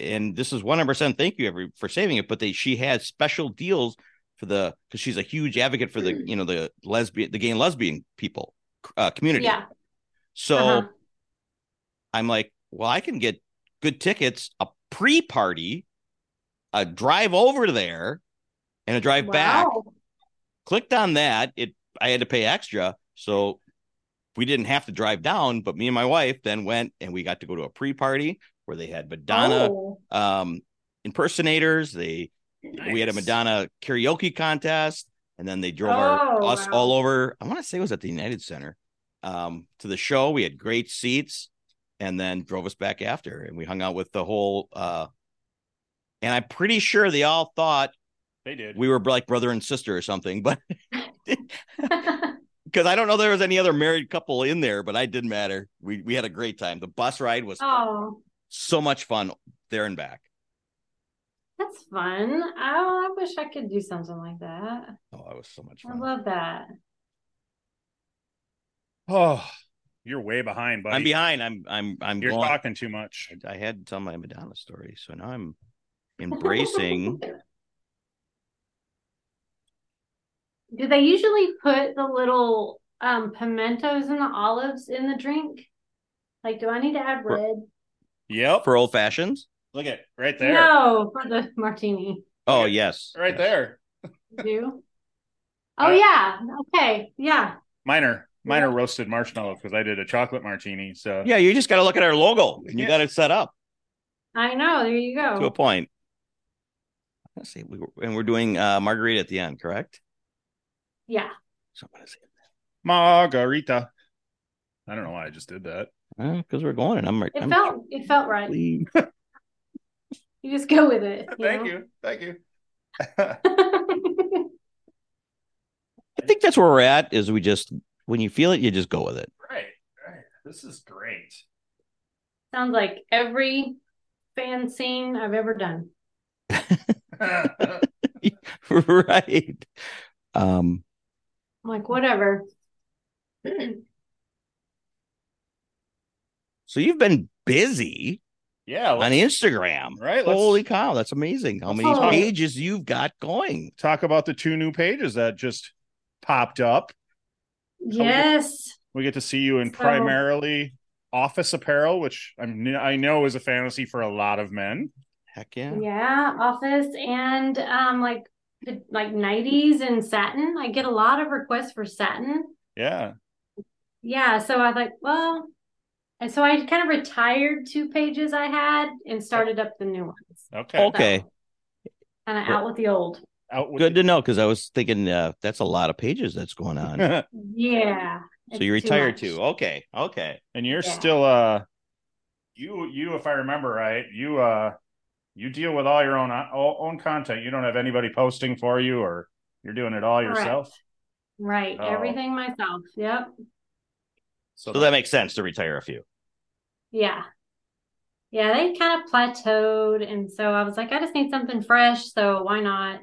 Speaker 3: and this is 100% thank you every for saving it. But they, she had special deals for the because she's a huge advocate for
Speaker 2: Mm.
Speaker 3: the you know the lesbian the gay and lesbian people uh, community.
Speaker 2: Yeah.
Speaker 3: So
Speaker 2: Uh-huh.
Speaker 3: I'm like, well, I can get good tickets, a pre-party, a drive over there, and a drive back.
Speaker 2: Wow.
Speaker 3: Clicked on that. It I had to pay extra, so we didn't have to drive down. But me and my wife then went and we got to go to a pre-party where they had Madonna
Speaker 2: Oh,
Speaker 3: um, impersonators. They we had a Madonna karaoke contest, and then they drove our,
Speaker 2: Oh,
Speaker 3: us
Speaker 2: wow.
Speaker 3: all over. I want to say it was at the United Center, um, to the show. We had great seats, and then drove us back after, and we hung out with the whole. Uh, and I'm pretty sure they all thought
Speaker 1: They did.
Speaker 3: we were like brother and sister or something, but
Speaker 2: yeah.
Speaker 3: because I don't know there was any other married couple in there, but I didn't matter. We we had a great time. The bus ride was
Speaker 2: oh,
Speaker 3: so much fun there and back.
Speaker 2: that's fun. Oh, I wish I could do something like that.
Speaker 3: Oh, it was so much
Speaker 2: I
Speaker 3: fun.
Speaker 2: love that.
Speaker 1: oh, you're way behind, buddy.
Speaker 3: I'm behind. I'm I'm I'm
Speaker 1: You're
Speaker 3: going.
Speaker 1: talking too much.
Speaker 3: I had to tell my Madonna story, so now I'm embracing.
Speaker 2: Do they usually put the little um, pimentos and the olives in the drink? Like, do I need to add
Speaker 3: For-
Speaker 2: red?
Speaker 1: Yep.
Speaker 3: for old fashions.
Speaker 1: Look at right there.
Speaker 2: No, for the martini.
Speaker 3: Oh yes,
Speaker 1: Right
Speaker 3: yes.
Speaker 1: there.
Speaker 2: Do? Oh,
Speaker 1: Uh,
Speaker 2: yeah. Okay. Yeah.
Speaker 1: Minor, minor
Speaker 2: Yeah.
Speaker 1: roasted marshmallow because I did a chocolate martini. So
Speaker 3: Yeah, you just got to look at our logo and you
Speaker 1: Yeah.
Speaker 3: got it set up
Speaker 2: I know. There you
Speaker 1: Oh.
Speaker 3: to a
Speaker 2: go.
Speaker 3: point. Let's see, we were, and we're doing uh, margarita at the end, correct?
Speaker 2: Yeah.
Speaker 3: So I'm gonna say
Speaker 1: margarita. I don't know why I just did that.
Speaker 3: because we're going, and I'm right.
Speaker 2: It
Speaker 3: I'm
Speaker 2: felt it felt right.
Speaker 3: really-
Speaker 2: You just go with it.
Speaker 1: Thank you. Thank you.
Speaker 2: you.
Speaker 3: I think that's where we're at. Is we just when you feel it, you just go with it.
Speaker 1: Right, right. This is great.
Speaker 2: Sounds like every fan scene I've ever done.
Speaker 3: right. Um,
Speaker 2: I'm like, whatever.
Speaker 3: so you've been busy
Speaker 1: yeah.
Speaker 3: on
Speaker 1: Let's
Speaker 3: Instagram.
Speaker 1: Right, let's-
Speaker 3: Holy cow, that's amazing. How
Speaker 1: Let's
Speaker 3: many
Speaker 2: talk.
Speaker 3: pages you've got going.
Speaker 1: talk about the two new pages that just popped up.
Speaker 3: Oh,
Speaker 2: yes.
Speaker 1: We get to see you in
Speaker 2: So-
Speaker 1: primarily office apparel, which I'm, I know is a fantasy for a lot of men.
Speaker 3: Heck yeah.
Speaker 2: Yeah, office and um like the- like 90s and satin. I get a lot of requests for satin.
Speaker 1: Yeah.
Speaker 2: Yeah, so I like, well, and so I kind of retired two pages I had and started up the new ones.
Speaker 1: Okay.
Speaker 3: Okay.
Speaker 2: Kind of out with the old.
Speaker 1: Out with
Speaker 3: Good to know because I was thinking uh, that's a lot of pages that's going on.
Speaker 1: the-
Speaker 2: Yeah.
Speaker 3: so you
Speaker 2: it's
Speaker 3: retired
Speaker 2: much.
Speaker 3: too. Okay. Okay.
Speaker 1: and you're
Speaker 2: Yeah.
Speaker 1: still uh you you if I remember right, you uh you deal with all your own uh, all, own content. You don't have anybody posting for you or you're doing it all
Speaker 2: Correct.
Speaker 1: yourself.
Speaker 2: Right.
Speaker 1: Oh.
Speaker 2: Everything myself. Yep.
Speaker 1: So,
Speaker 3: So that makes sense to retire a few.
Speaker 2: Yeah. Yeah, they kind of plateaued. And so I was like, I just need something fresh. So why not?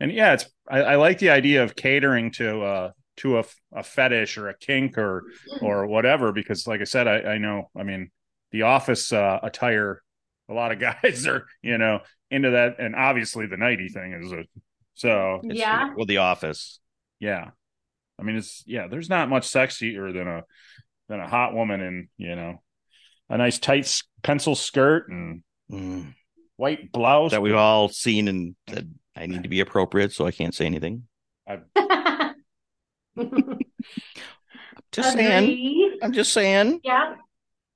Speaker 1: and yeah, it's I, I like the idea of catering to uh to a, a fetish or a kink or
Speaker 2: Mm-hmm.
Speaker 1: or whatever because like I said, I, I know I mean the office uh, attire a lot of guys are, you know, into that and obviously the nighty thing is a so
Speaker 3: It's-
Speaker 2: Yeah.
Speaker 3: Well, the office.
Speaker 1: yeah i mean it's yeah there's not much sexier than a than a hot woman in you know a nice tight s- pencil skirt and
Speaker 3: Mm.
Speaker 1: white blouse
Speaker 3: That we've all seen and said, I need to be appropriate, so I can't say anything. Just saying.
Speaker 2: Agree.
Speaker 3: I'm just saying.
Speaker 2: Yeah,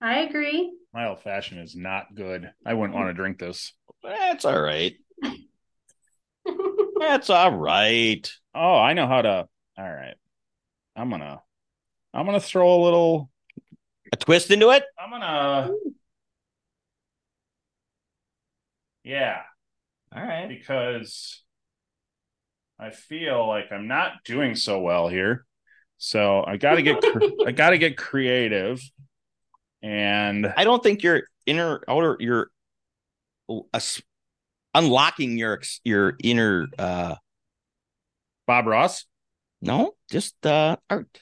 Speaker 2: I agree.
Speaker 1: my old fashioned is not good i wouldn't want to drink this
Speaker 3: That's all right. That's all right.
Speaker 1: oh i know how to all right i'm gonna i'm gonna throw a little
Speaker 3: A twist into it.
Speaker 1: i'm gonna yeah
Speaker 3: All right.
Speaker 1: because I feel like I'm not doing so well here. So I got to get cre- I got to get creative. And
Speaker 3: I don't think your inner outer your us unlocking your ex- your inner uh
Speaker 1: Bob Ross,
Speaker 3: no, just uh art.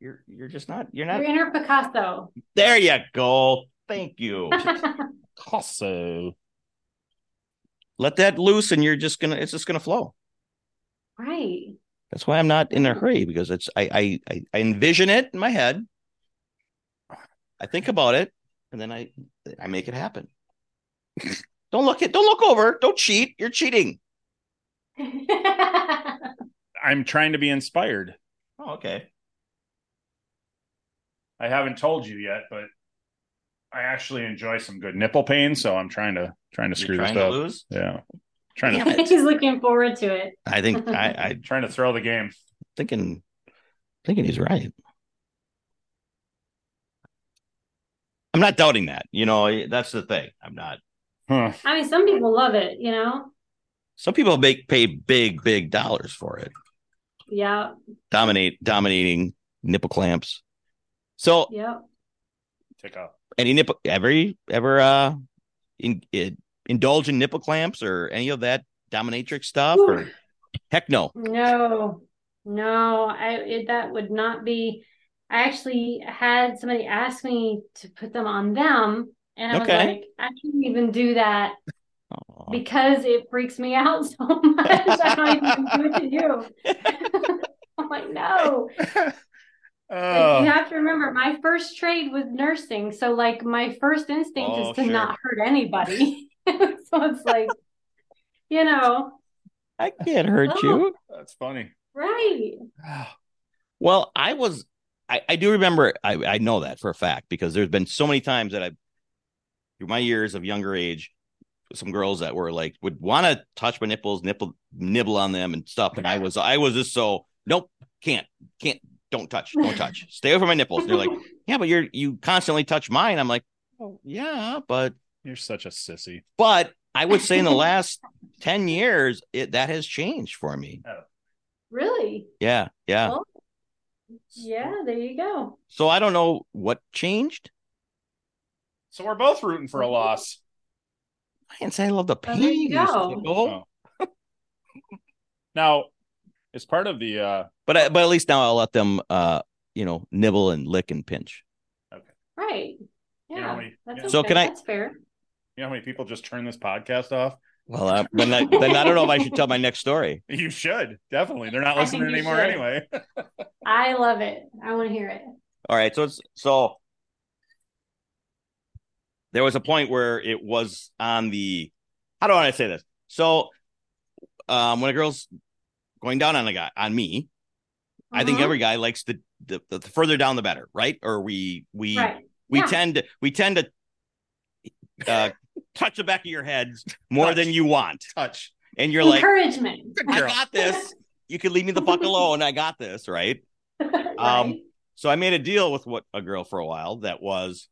Speaker 3: You're you're just not you're
Speaker 2: Your
Speaker 3: not
Speaker 2: inner Picasso.
Speaker 3: there you go. Thank you.
Speaker 1: also
Speaker 3: Let that loose and you're just gonna it's just gonna flow.
Speaker 2: right.
Speaker 3: That's why I'm not in a hurry because it's I I I, I envision it in my head. I think about it and then I I make it happen. don't look it. Don't look over. Don't cheat. You're cheating.
Speaker 1: I'm trying to be inspired.
Speaker 3: Oh, okay.
Speaker 1: I haven't told you yet, but I actually enjoy some good nipple pain, so I'm trying to trying to
Speaker 3: You're
Speaker 1: screw
Speaker 3: trying
Speaker 1: this
Speaker 3: to
Speaker 1: up.
Speaker 3: lose.
Speaker 1: Yeah. Trying to
Speaker 3: Damn it.
Speaker 2: He's looking forward to it.
Speaker 3: I think I, I
Speaker 1: trying to throw the game.
Speaker 3: thinking thinking he's right. I'm not doubting that. You know, that's the thing. I'm not.
Speaker 1: Huh.
Speaker 2: I mean, some people love it, you know?
Speaker 3: Some people make pay big, big dollars for it.
Speaker 2: Yeah,
Speaker 3: Dominate, dominating nipple clamps. So
Speaker 2: yeah.
Speaker 1: Take off.
Speaker 3: any nipple every ever uh in, in, indulge in nipple clamps or any of that dominatrix stuff or heck no
Speaker 2: No, no, I it, that would not be. I actually had somebody ask me to put them on them, and I was
Speaker 3: Okay.
Speaker 2: like, I can't even do that
Speaker 3: Aw.
Speaker 2: because it freaks me out so much. I don't even do it to you. I'm like, no. Like, you
Speaker 1: oh,
Speaker 2: have to remember, my first trade was nursing, so like my first instinct
Speaker 3: Oh,
Speaker 2: is to
Speaker 3: sure.
Speaker 2: not hurt anybody. so it's like, you know,
Speaker 3: i can't hurt you
Speaker 1: that's funny. Ah,
Speaker 2: right?
Speaker 3: well i was I, I do remember I, I know that for a fact because there's been so many times that i through my years of younger age some girls that were like would want to touch my nipples nipple nibble on them and stuff and i was i was just so nope can't can't don't touch don't touch stay away from my nipples and they're like yeah but you're you constantly touch mine i'm like oh yeah but
Speaker 1: You're such a sissy.
Speaker 3: but i would say in the last 10 years it that has changed for me
Speaker 2: really?
Speaker 3: yeah yeah
Speaker 2: Well, yeah, there you go.
Speaker 3: so i don't know what changed
Speaker 1: So we're both rooting for a loss.
Speaker 3: i didn't say i love the
Speaker 2: Well,
Speaker 3: pain
Speaker 2: there you go.
Speaker 3: Nicole.
Speaker 1: Oh. Now, as part of the uh
Speaker 3: but I, but at least now i'll let them uh you know nibble and lick and pinch
Speaker 2: Right.
Speaker 1: You know,
Speaker 2: Yeah.
Speaker 1: we-
Speaker 2: that's
Speaker 1: yeah.
Speaker 3: So
Speaker 2: okay.
Speaker 3: can I-
Speaker 2: That's fair.
Speaker 1: you know how many people just turn this podcast off?
Speaker 3: well uh, then, I, then i don't know if i should tell my next story
Speaker 1: You should. Definitely. They're not
Speaker 2: I think
Speaker 1: listening
Speaker 2: you
Speaker 1: anymore
Speaker 2: should.
Speaker 1: anyway.
Speaker 2: I love it. I want to hear it.
Speaker 3: All right, so it's so there was a point where it was on the how do I say this? So um when a girl's going down on a guy on me, I think
Speaker 2: Uh-huh.
Speaker 3: every guy likes the, the the further down the better, right? Or we we
Speaker 2: Right.
Speaker 3: we
Speaker 2: Yeah.
Speaker 3: tend to we tend to uh touch the back of your heads more
Speaker 1: Touch.
Speaker 3: than you want.
Speaker 1: Touch.
Speaker 3: And you're like,
Speaker 2: Encouragement.
Speaker 3: I
Speaker 1: girl.
Speaker 3: got this. You can leave me the fuck alone. I got this, right? Um,
Speaker 2: Right.
Speaker 3: So I made a deal with what a girl for a while that was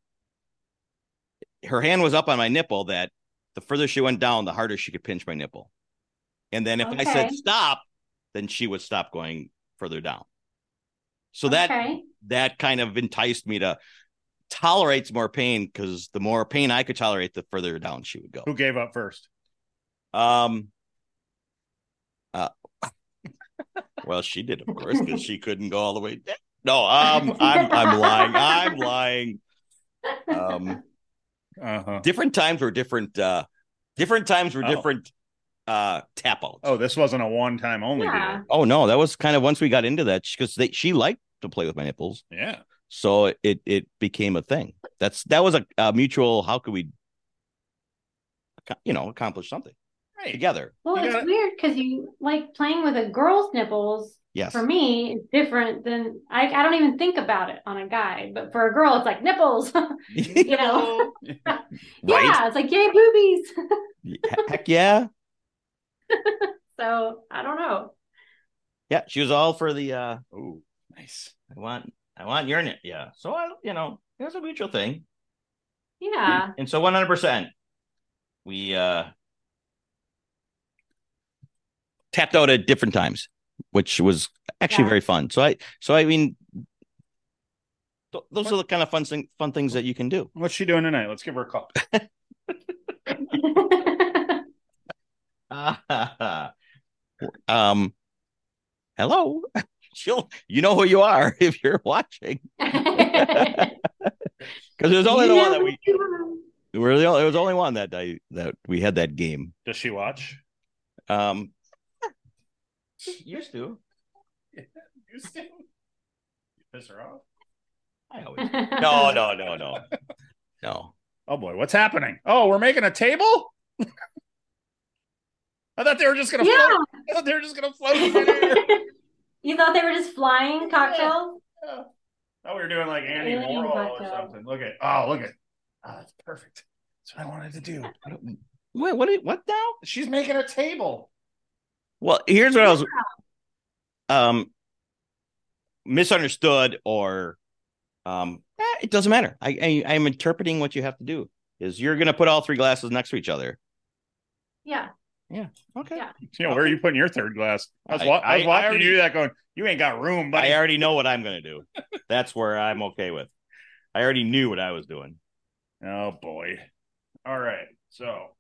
Speaker 3: her hand was up on my nipple that the further she went down, the harder she could pinch my nipple. And then if I said
Speaker 2: Okay.
Speaker 3: stop, then she would stop going further down. So that
Speaker 2: okay.
Speaker 3: that kind of enticed me to tolerate more pain because the more pain I could tolerate, the further down she would go.
Speaker 1: Who gave up first?
Speaker 3: Um uh, well she did of course because she couldn't go all the way down. No, um I'm I'm lying. I'm lying. Um
Speaker 1: Uh-huh.
Speaker 3: different times were different uh different times were
Speaker 1: Oh.
Speaker 3: different uh tap outs.
Speaker 1: Oh, this wasn't a one time only
Speaker 2: yeah.
Speaker 1: deal.
Speaker 3: Oh, no, that was kind of once we got into that because they she liked to play with my nipples.
Speaker 1: Yeah.
Speaker 3: so it it became a thing that's that was a, a mutual how could we ac- you know accomplish something
Speaker 1: Right.
Speaker 3: together
Speaker 2: Well,
Speaker 1: You
Speaker 2: it's
Speaker 1: gotta-
Speaker 2: weird because you like playing with a girl's nipples
Speaker 3: yes
Speaker 2: for me is different than I, I don't even think about it on a guy, but for a girl, it's like nipples. you know?
Speaker 3: right
Speaker 2: Yeah. It's like, yay, boobies.
Speaker 3: heck yeah
Speaker 2: so I don't know.
Speaker 3: yeah she was all for the uh
Speaker 1: Oh, nice.
Speaker 3: i want i want your nip yeah so i you know it was a mutual thing
Speaker 2: Yeah.
Speaker 3: and so 100% we uh tapped out at different times which was actually
Speaker 2: Yeah.
Speaker 3: very fun so i so i mean th- those are the kind of fun thing, fun things that you can do
Speaker 1: What's she doing tonight? Let's give her a call.
Speaker 3: um hello she'll you know who you are if you're watching because there's only the one that we we're the only, there was only one that I that we had that game
Speaker 1: Does she watch?
Speaker 3: um used to
Speaker 1: You piss her off.
Speaker 3: i always no no no no no
Speaker 1: Oh boy, what's happening? Oh, we're making a table? I thought they were just gonna
Speaker 2: Yeah.
Speaker 1: float. I thought they were just gonna float in the air.
Speaker 2: you thought they were just flying cocktails?
Speaker 1: thought we were doing like Andy
Speaker 2: Alien
Speaker 1: Warhol or
Speaker 2: cocktail.
Speaker 1: something. Look at oh look at oh, that's perfect. That's what I wanted to do.
Speaker 3: wait what did- what now
Speaker 1: She's making a table.
Speaker 3: well here's what i was um misunderstood or Um, eh, it doesn't matter. I, I I'm interpreting what you have to do is you're gonna put all three glasses next to each other.
Speaker 2: Yeah.
Speaker 3: Okay.
Speaker 2: Yeah.
Speaker 1: You know, where are you putting your third glass? I was, wa- I,
Speaker 3: I-
Speaker 1: was
Speaker 3: I- I
Speaker 1: watching
Speaker 3: already-
Speaker 1: you do that going, you ain't got room, buddy.
Speaker 3: I already know what I'm gonna do. That's where I'm okay with. I already knew what I was doing.
Speaker 1: Oh boy. All right. So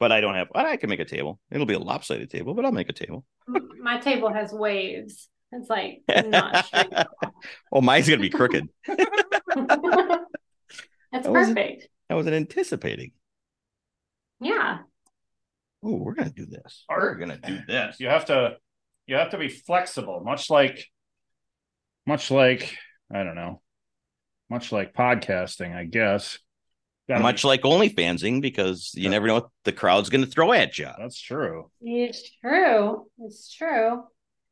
Speaker 3: But I don't have well, I can make a table. It'll be a lopsided table, but I'll make a table.
Speaker 2: M- My table has waves. It's like not straight. at
Speaker 3: Oh, mine's gonna be crooked.
Speaker 2: all. That's
Speaker 3: That wasn't-
Speaker 2: perfect.
Speaker 3: I wasn't anticipating.
Speaker 2: Yeah.
Speaker 3: Oh, we're gonna do this.
Speaker 1: Art.
Speaker 3: We're gonna do this.
Speaker 1: you have to you have to be flexible, much like much like I don't know, much like podcasting, I guess. Gotta be-
Speaker 3: Much like OnlyFansing, because you never know what the crowd's gonna throw at you.
Speaker 1: that's true.
Speaker 2: It's true. It's true.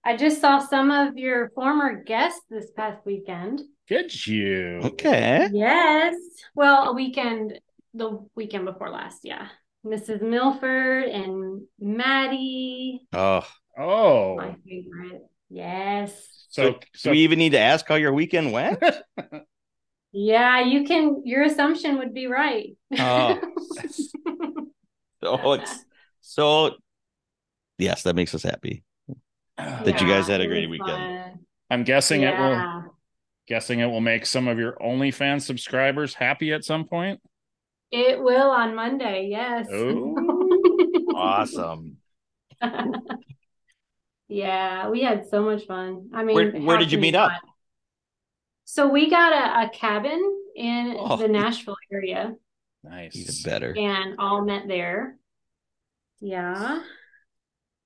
Speaker 2: I just saw some of your former guests this past weekend.
Speaker 1: Did you?
Speaker 3: Okay.
Speaker 2: Yes. Well, a weekend, the weekend before last, yeah. Mrs. Milford and Maddie,
Speaker 3: Oh,
Speaker 2: my
Speaker 1: Oh.
Speaker 2: favorite. Yes.
Speaker 1: So so
Speaker 3: do we even need to ask how your weekend went?
Speaker 2: Yeah, you can, your assumption would be right.
Speaker 3: Oh, so it's so. Yes, that makes us happy. That you guys had a
Speaker 2: it
Speaker 3: great
Speaker 2: was
Speaker 3: weekend.
Speaker 2: fun.
Speaker 1: I'm guessing it will
Speaker 2: Yeah.
Speaker 1: guessing it will make some of your OnlyFans subscribers happy at some point.
Speaker 2: It will on Monday, yes.
Speaker 1: Ooh.
Speaker 3: Oh. Awesome.
Speaker 2: Yeah, we had so much fun. I mean,
Speaker 3: Where- where
Speaker 2: how
Speaker 3: did you
Speaker 2: can
Speaker 3: meet up?
Speaker 2: not? So we got a, a cabin in
Speaker 3: Oh.
Speaker 2: the Nashville area
Speaker 1: Nice.
Speaker 3: Even better.
Speaker 2: and all met there. Yeah.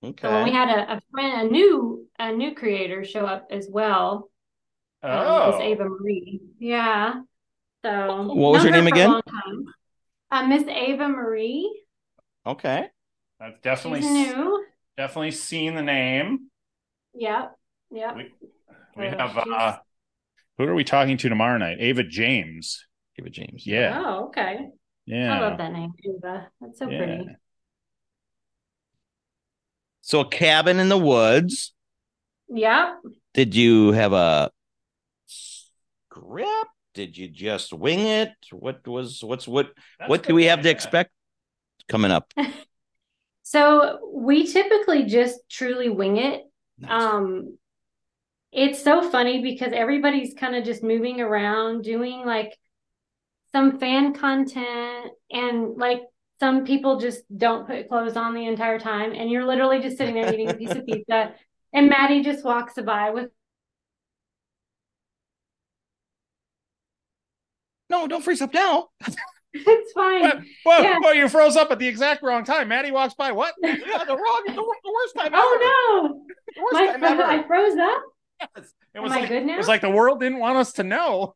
Speaker 2: So when we
Speaker 3: Okay.
Speaker 2: had a, a friend, a new a new creator show up as well.
Speaker 1: Oh,
Speaker 2: um, Miss Ava Marie. Yeah. So
Speaker 3: Oh. What was
Speaker 2: known
Speaker 3: her name
Speaker 2: for a
Speaker 3: again?
Speaker 2: long time. Uh, Miss Ava Marie.
Speaker 3: Okay.
Speaker 1: I've
Speaker 2: She's
Speaker 1: definitely
Speaker 2: new.
Speaker 1: definitely seen the name.
Speaker 2: Yep. Yep.
Speaker 1: We- We
Speaker 2: So
Speaker 1: have
Speaker 2: she's-
Speaker 1: uh who are we talking to tomorrow night? Ava James.
Speaker 3: Give it James.
Speaker 1: Yeah.
Speaker 2: Oh, okay. I love
Speaker 1: Yeah.
Speaker 2: that name, Ava. That's so
Speaker 1: Yeah.
Speaker 2: pretty.
Speaker 3: So a cabin in the woods.
Speaker 2: Yep.
Speaker 3: Did you have a script? Did you just wing it? What was what's what
Speaker 1: That's
Speaker 3: what
Speaker 1: good.
Speaker 3: do we have to
Speaker 1: Yeah.
Speaker 3: expect coming up?
Speaker 2: So we typically just truly wing it. Um, it's so funny because everybody's kind of just moving around, doing like some fan content, and like some people just don't put clothes on the entire time, and you're literally just sitting there eating a piece of pizza, and Maddie just walks by with
Speaker 3: no, don't freeze up now.
Speaker 2: it's fine.
Speaker 1: Whoa,
Speaker 2: Yeah.
Speaker 1: whoa, you froze up at the exact wrong time. Maddie walks by. What?
Speaker 3: yeah, the wrong, the, wor- the worst time
Speaker 2: Oh
Speaker 3: ever. The
Speaker 2: no,
Speaker 3: worst
Speaker 2: my
Speaker 3: time ever.
Speaker 2: I froze up. Oh,
Speaker 1: Yes. It
Speaker 2: Am
Speaker 1: was
Speaker 2: I
Speaker 1: like
Speaker 2: good now?
Speaker 1: it was like the world didn't want us to know.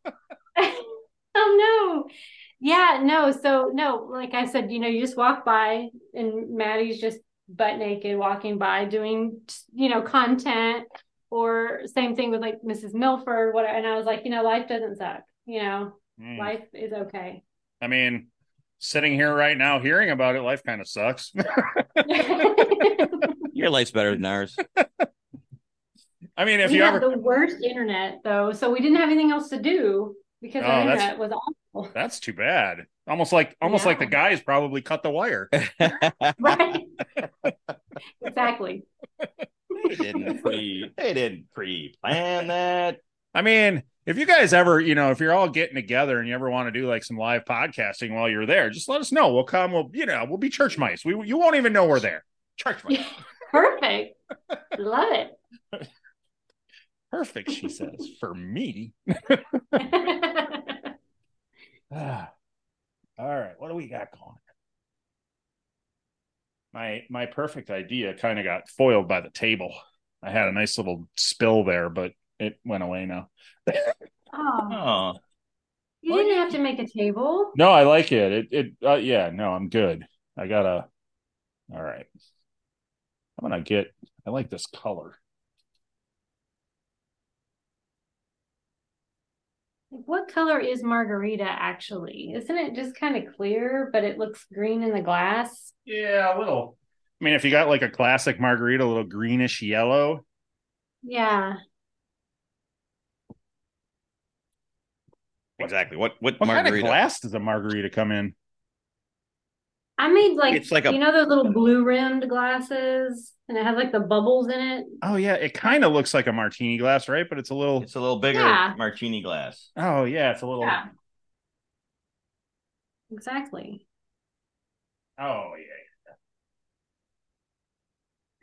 Speaker 2: Oh no. Yeah, no. So no, like I said, you know, you just walk by and Maddie's just butt naked walking by doing, you know, content or same thing with like Mrs. Milford, whatever. And I was like, you know, life doesn't suck. You know,
Speaker 1: Hmm.
Speaker 2: life is okay.
Speaker 1: I mean, sitting here right now hearing about it, life kind of sucks.
Speaker 3: Your life's better than ours.
Speaker 1: I mean, if
Speaker 2: we
Speaker 1: you
Speaker 2: had
Speaker 1: ever
Speaker 2: the worst internet though, so we didn't have anything else to do because
Speaker 1: Oh,
Speaker 2: our
Speaker 1: that's-
Speaker 2: internet was awful.
Speaker 1: that's too bad. Almost like almost like
Speaker 2: Yeah.
Speaker 1: the guys probably cut the wire.
Speaker 2: Right. Exactly.
Speaker 3: they didn't pre they didn't pre plan that.
Speaker 1: I mean, if you guys ever, you know, if you're all getting together and you ever want to do like some live podcasting while you're there, just let us know. We'll come. We'll, you know, we'll be church mice. We you won't even know we're there. Church mice.
Speaker 2: Perfect. Love it.
Speaker 1: Perfect, she says. For me. Ah. all right, what do we got going? My my perfect idea kind of got foiled by the table. I had a nice little spill there, but it went away now.
Speaker 2: oh,
Speaker 3: Oh.
Speaker 2: you didn't have to make a table.
Speaker 1: No, I like it. It it uh, yeah, no, I'm good. I gotta all right. I'm gonna get I like this color.
Speaker 2: What color is margarita actually? Isn't it just kind of clear, but it looks green in the glass?
Speaker 1: Yeah, a little. I mean, if you got like a classic margarita, a little greenish yellow,
Speaker 2: Yeah.
Speaker 3: Exactly. What what,
Speaker 1: What
Speaker 3: margarita?
Speaker 1: kind of glass does a margarita come in?
Speaker 2: I made like,
Speaker 3: It's like a-
Speaker 2: you know those little blue rimmed glasses and it has like the bubbles in it.
Speaker 1: Oh yeah, it kind of looks like a martini glass, right? But it's a little.
Speaker 3: It's a little bigger
Speaker 2: Yeah.
Speaker 3: martini glass.
Speaker 1: Oh yeah, it's a little.
Speaker 2: Yeah. Exactly.
Speaker 1: Oh yeah.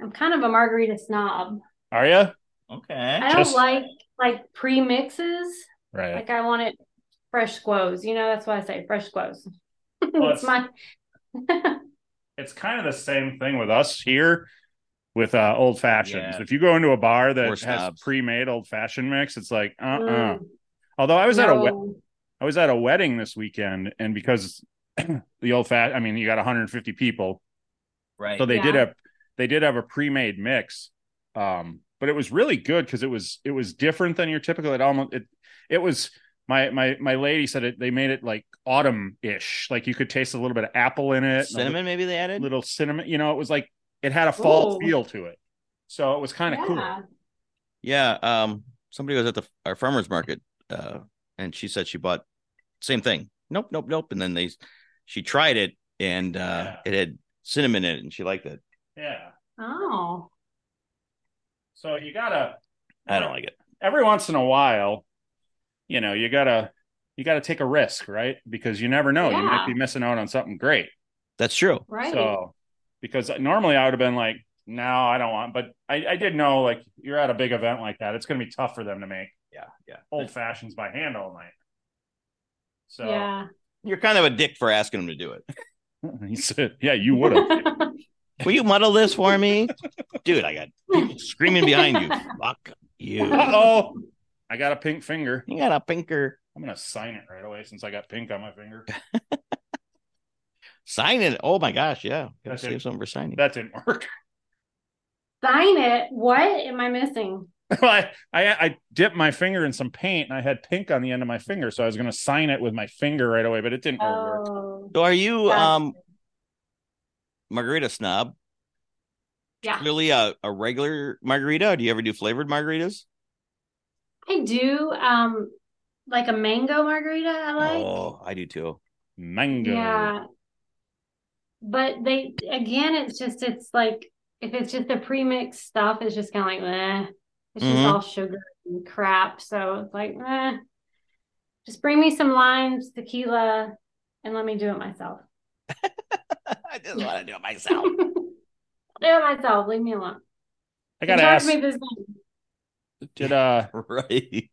Speaker 2: I'm kind of a margarita snob.
Speaker 1: Are you
Speaker 3: Okay.
Speaker 2: I don't
Speaker 1: Just-
Speaker 2: like like pre-mixes.
Speaker 1: right?
Speaker 2: Like I want it fresh squoze. You know, that's why I say fresh squoze.
Speaker 1: it's-
Speaker 2: it's my
Speaker 1: It's kind of the same thing with us here with uh, old fashions.
Speaker 3: Yeah.
Speaker 1: If you go into a bar
Speaker 3: We're
Speaker 1: that has
Speaker 3: snobs.
Speaker 1: pre-made old fashioned mix, it's like uh uh
Speaker 2: Mm,
Speaker 1: Although I was at a we-
Speaker 2: no.
Speaker 1: I was at a wedding this weekend, and because the old fat, I mean, you got 150 people,
Speaker 3: Right.
Speaker 1: so they
Speaker 2: Yeah.
Speaker 1: did have they did have a pre-made mix um but it was really good because it was it was different than your typical it almost it it was my my my lady said it they made it like autumn-ish like you could taste a little bit of apple in it and a
Speaker 3: cinnamon maybe they
Speaker 1: li-
Speaker 3: added.
Speaker 1: little cinnamon you know it was like it had a fall
Speaker 2: Ooh.
Speaker 1: feel to it so it was kind of
Speaker 2: Yeah.
Speaker 1: cool
Speaker 3: Yeah. Um. Somebody was at the our farmers market, uh, and she said she bought same thing. Nope. Nope. Nope. And then they, she tried it, and uh,
Speaker 1: Yeah.
Speaker 3: it had cinnamon in it, and she liked it.
Speaker 1: yeah
Speaker 2: Oh.
Speaker 1: so you gotta
Speaker 3: I don't like it.
Speaker 1: every once in a while, you know, you gotta you gotta take a risk, right? Because you never know, you might
Speaker 2: Yeah.
Speaker 1: be missing out on something great.
Speaker 3: That's true.
Speaker 2: Right.
Speaker 1: So, because normally I would have been like, no, I don't want. But I, I did know, like, you're at a big event like that, it's gonna be tough for them to make
Speaker 3: Yeah. Yeah.
Speaker 1: old fashions by hand all night. So
Speaker 2: Yeah.
Speaker 3: You're kind of a dick for asking them to do it.
Speaker 1: he said, yeah, you would have.
Speaker 3: Will you muddle this for me, dude? I got people screaming behind you. Fuck you.
Speaker 1: uh oh, I got a pink finger.
Speaker 3: You got a pinker.
Speaker 1: I'm gonna sign it right away since I got pink on my finger.
Speaker 3: Sign it. Oh my gosh. Yeah. Gotta
Speaker 1: That's
Speaker 3: save
Speaker 1: it.
Speaker 3: something for signing.
Speaker 1: That didn't work.
Speaker 2: Sign it. What am I missing?
Speaker 1: Well, I, I I dipped my finger in some paint and I had pink on the end of my finger, so I was going to sign it with my finger right away, but it didn't really work.
Speaker 2: Oh.
Speaker 3: So are you
Speaker 2: Gotcha.
Speaker 3: um margarita snob?
Speaker 2: Yeah.
Speaker 3: Really a, a regular margarita? Do you ever do flavored margaritas?
Speaker 2: I do um like a mango margarita I like.
Speaker 3: oh, I do too.
Speaker 1: Mango.
Speaker 2: Yeah. But they again it's just it's like if it's just the pre-mixed stuff, it's just kinda like meh. It's just
Speaker 1: Mm-hmm.
Speaker 3: Mhm.
Speaker 2: all sugar and crap. So it's like meh. Just bring me some limes, tequila, and let me do it myself.
Speaker 3: I just want to do it myself.
Speaker 2: I'll do it myself. Leave me alone.
Speaker 1: I got to
Speaker 2: Charge
Speaker 1: ask
Speaker 2: me this money.
Speaker 1: did uh
Speaker 3: right.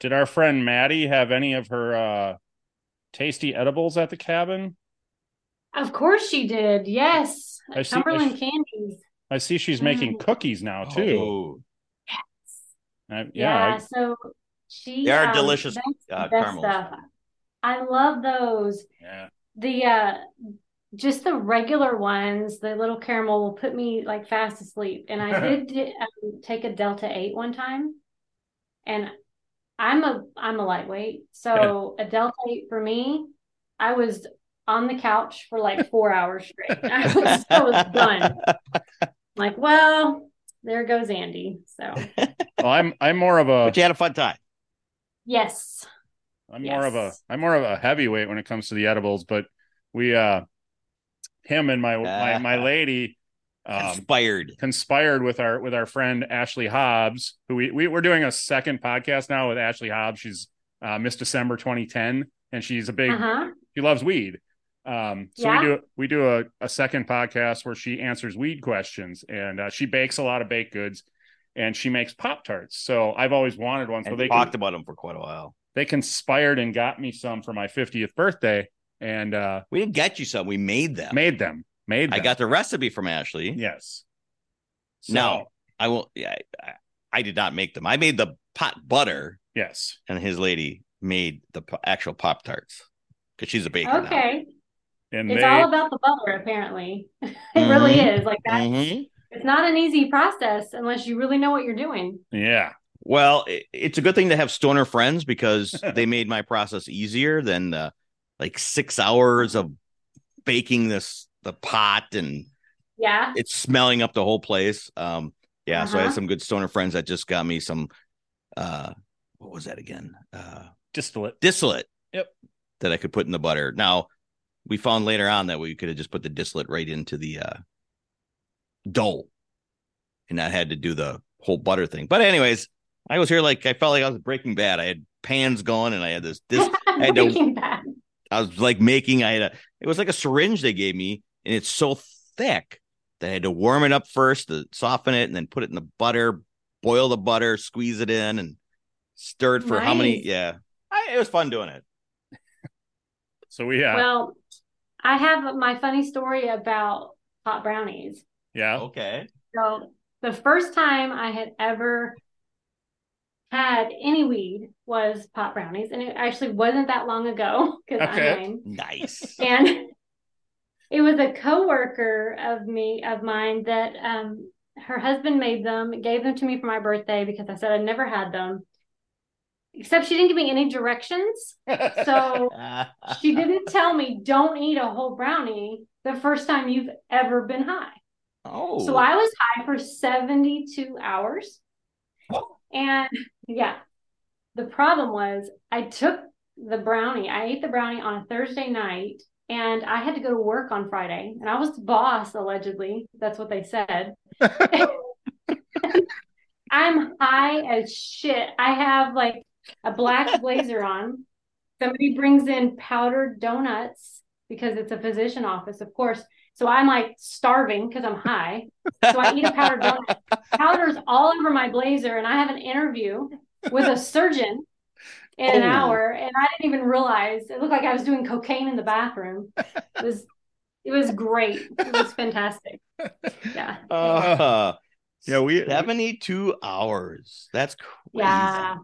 Speaker 1: did our friend Maddie have any of her uh tasty edibles at the cabin?
Speaker 2: Of course she did. Yes.
Speaker 1: I see- I
Speaker 2: Cumberland
Speaker 1: see-
Speaker 2: candies.
Speaker 1: I see she's making
Speaker 2: Mm.
Speaker 1: cookies now too.
Speaker 3: Oh,
Speaker 1: I-
Speaker 2: Yeah,
Speaker 1: yeah.
Speaker 2: so she
Speaker 3: They are
Speaker 2: um,
Speaker 3: delicious,
Speaker 2: that's the
Speaker 3: uh,
Speaker 2: best
Speaker 3: caramels.
Speaker 2: stuff. I love those.
Speaker 1: I- yeah.
Speaker 2: The uh just the regular ones, the little caramel will put me like fast asleep. And I did um, take a Delta 8 one time. And I'm a I'm a lightweight. So a Delta 8 for me, I was on the couch for like 4 hours straight. I was, I was done. Like, well, there goes Andy. So,
Speaker 1: Well, I'm I'm more of a
Speaker 3: but you had a fun time.
Speaker 2: yes.
Speaker 1: I'm more of a
Speaker 2: Yes.
Speaker 1: I'm more of a heavyweight when it comes to the edibles, but we uh him and my my, my lady um
Speaker 3: Inspired.
Speaker 1: conspired with our with our friend Ashley Hobbs, who we, we we're doing a second podcast now with Ashley Hobbs. She's uh, Miss December 2010, and she's a big
Speaker 2: Uh-huh.
Speaker 1: she loves weed. Um, so
Speaker 2: Yeah.
Speaker 1: we do we do a, a second podcast where she answers weed questions, and uh, she bakes a lot of baked goods, and she makes pop tarts. So I've always wanted one. So
Speaker 3: and
Speaker 1: they
Speaker 3: talked
Speaker 1: con-
Speaker 3: about them for quite a while.
Speaker 1: they conspired and got me some for my 50th birthday, and uh,
Speaker 3: We didn't get you some. We made them.
Speaker 1: made them. Made them.
Speaker 3: I got the recipe from Ashley.
Speaker 1: yes.
Speaker 3: No. I will. Yeah, I, I did not make them. I made the pot butter,
Speaker 1: Yes.
Speaker 3: and his lady made the po- actual pop tarts because she's a baker. now.
Speaker 2: Okay.
Speaker 1: And
Speaker 2: It's
Speaker 1: they
Speaker 2: all about the butter, apparently. It really is. Like that
Speaker 3: Mhm.
Speaker 2: it's not an easy process unless you really know what you're doing.
Speaker 1: yeah.
Speaker 3: Well, it, it's a good thing to have stoner friends because they made my process easier than the like six hours of baking this the pot and
Speaker 2: Yeah.
Speaker 3: it's smelling up the whole place. Um, Yeah, so I had
Speaker 2: Uh-huh.
Speaker 3: some good stoner friends that just got me some uh what was that again? Uh
Speaker 1: distillate.
Speaker 3: distillate.
Speaker 1: Yep.
Speaker 3: That I could put in the butter. Now we found later on that we could have just put the distillate right into the uh dough and not had to do the whole butter thing. But anyways, I was here like I felt like I was breaking bad. I had pans going and I had this this had to-
Speaker 2: Breaking Bad.
Speaker 3: I was like making I had a it was like a syringe they gave me and it's so thick that I had to warm it up first to soften it and then put it in the butter, boil the butter, squeeze it in and stir it for how many
Speaker 2: Nice.
Speaker 3: yeah. I, it was fun doing it.
Speaker 1: So we uh, have
Speaker 2: Well, I have my funny story about hot brownies.
Speaker 1: yeah.
Speaker 3: Okay.
Speaker 2: So the first time I had ever had any weed was pot brownies, and it actually wasn't that long ago because
Speaker 1: Okay.
Speaker 2: I'm lame.
Speaker 3: Nice.
Speaker 2: and it was a coworker of me of mine that um her husband made them gave them to me for my birthday because i said i never had them except she didn't give me any directions so she didn't tell me don't eat a whole brownie the first time you've ever been high
Speaker 3: oh.
Speaker 2: so i was high for 72 hours and yeah, the problem was I took the brownie. I ate the brownie on a Thursday night and I had to go to work on Friday. And I was the boss, allegedly. That's what they said. I'm high as shit. I have like a black blazer on. Somebody brings in powdered donuts because it's a physician office, of course. So I'm like starving because I'm high. So I eat a powdered donut powders all over my blazer and I have an interview with a surgeon in an
Speaker 3: Oh.
Speaker 2: hour and I didn't even realize it looked like I was doing cocaine in the bathroom. It was it was great. It was fantastic. Yeah.
Speaker 3: Uh,
Speaker 1: Yeah, we-
Speaker 3: 72 hours. That's crazy.
Speaker 2: Yeah.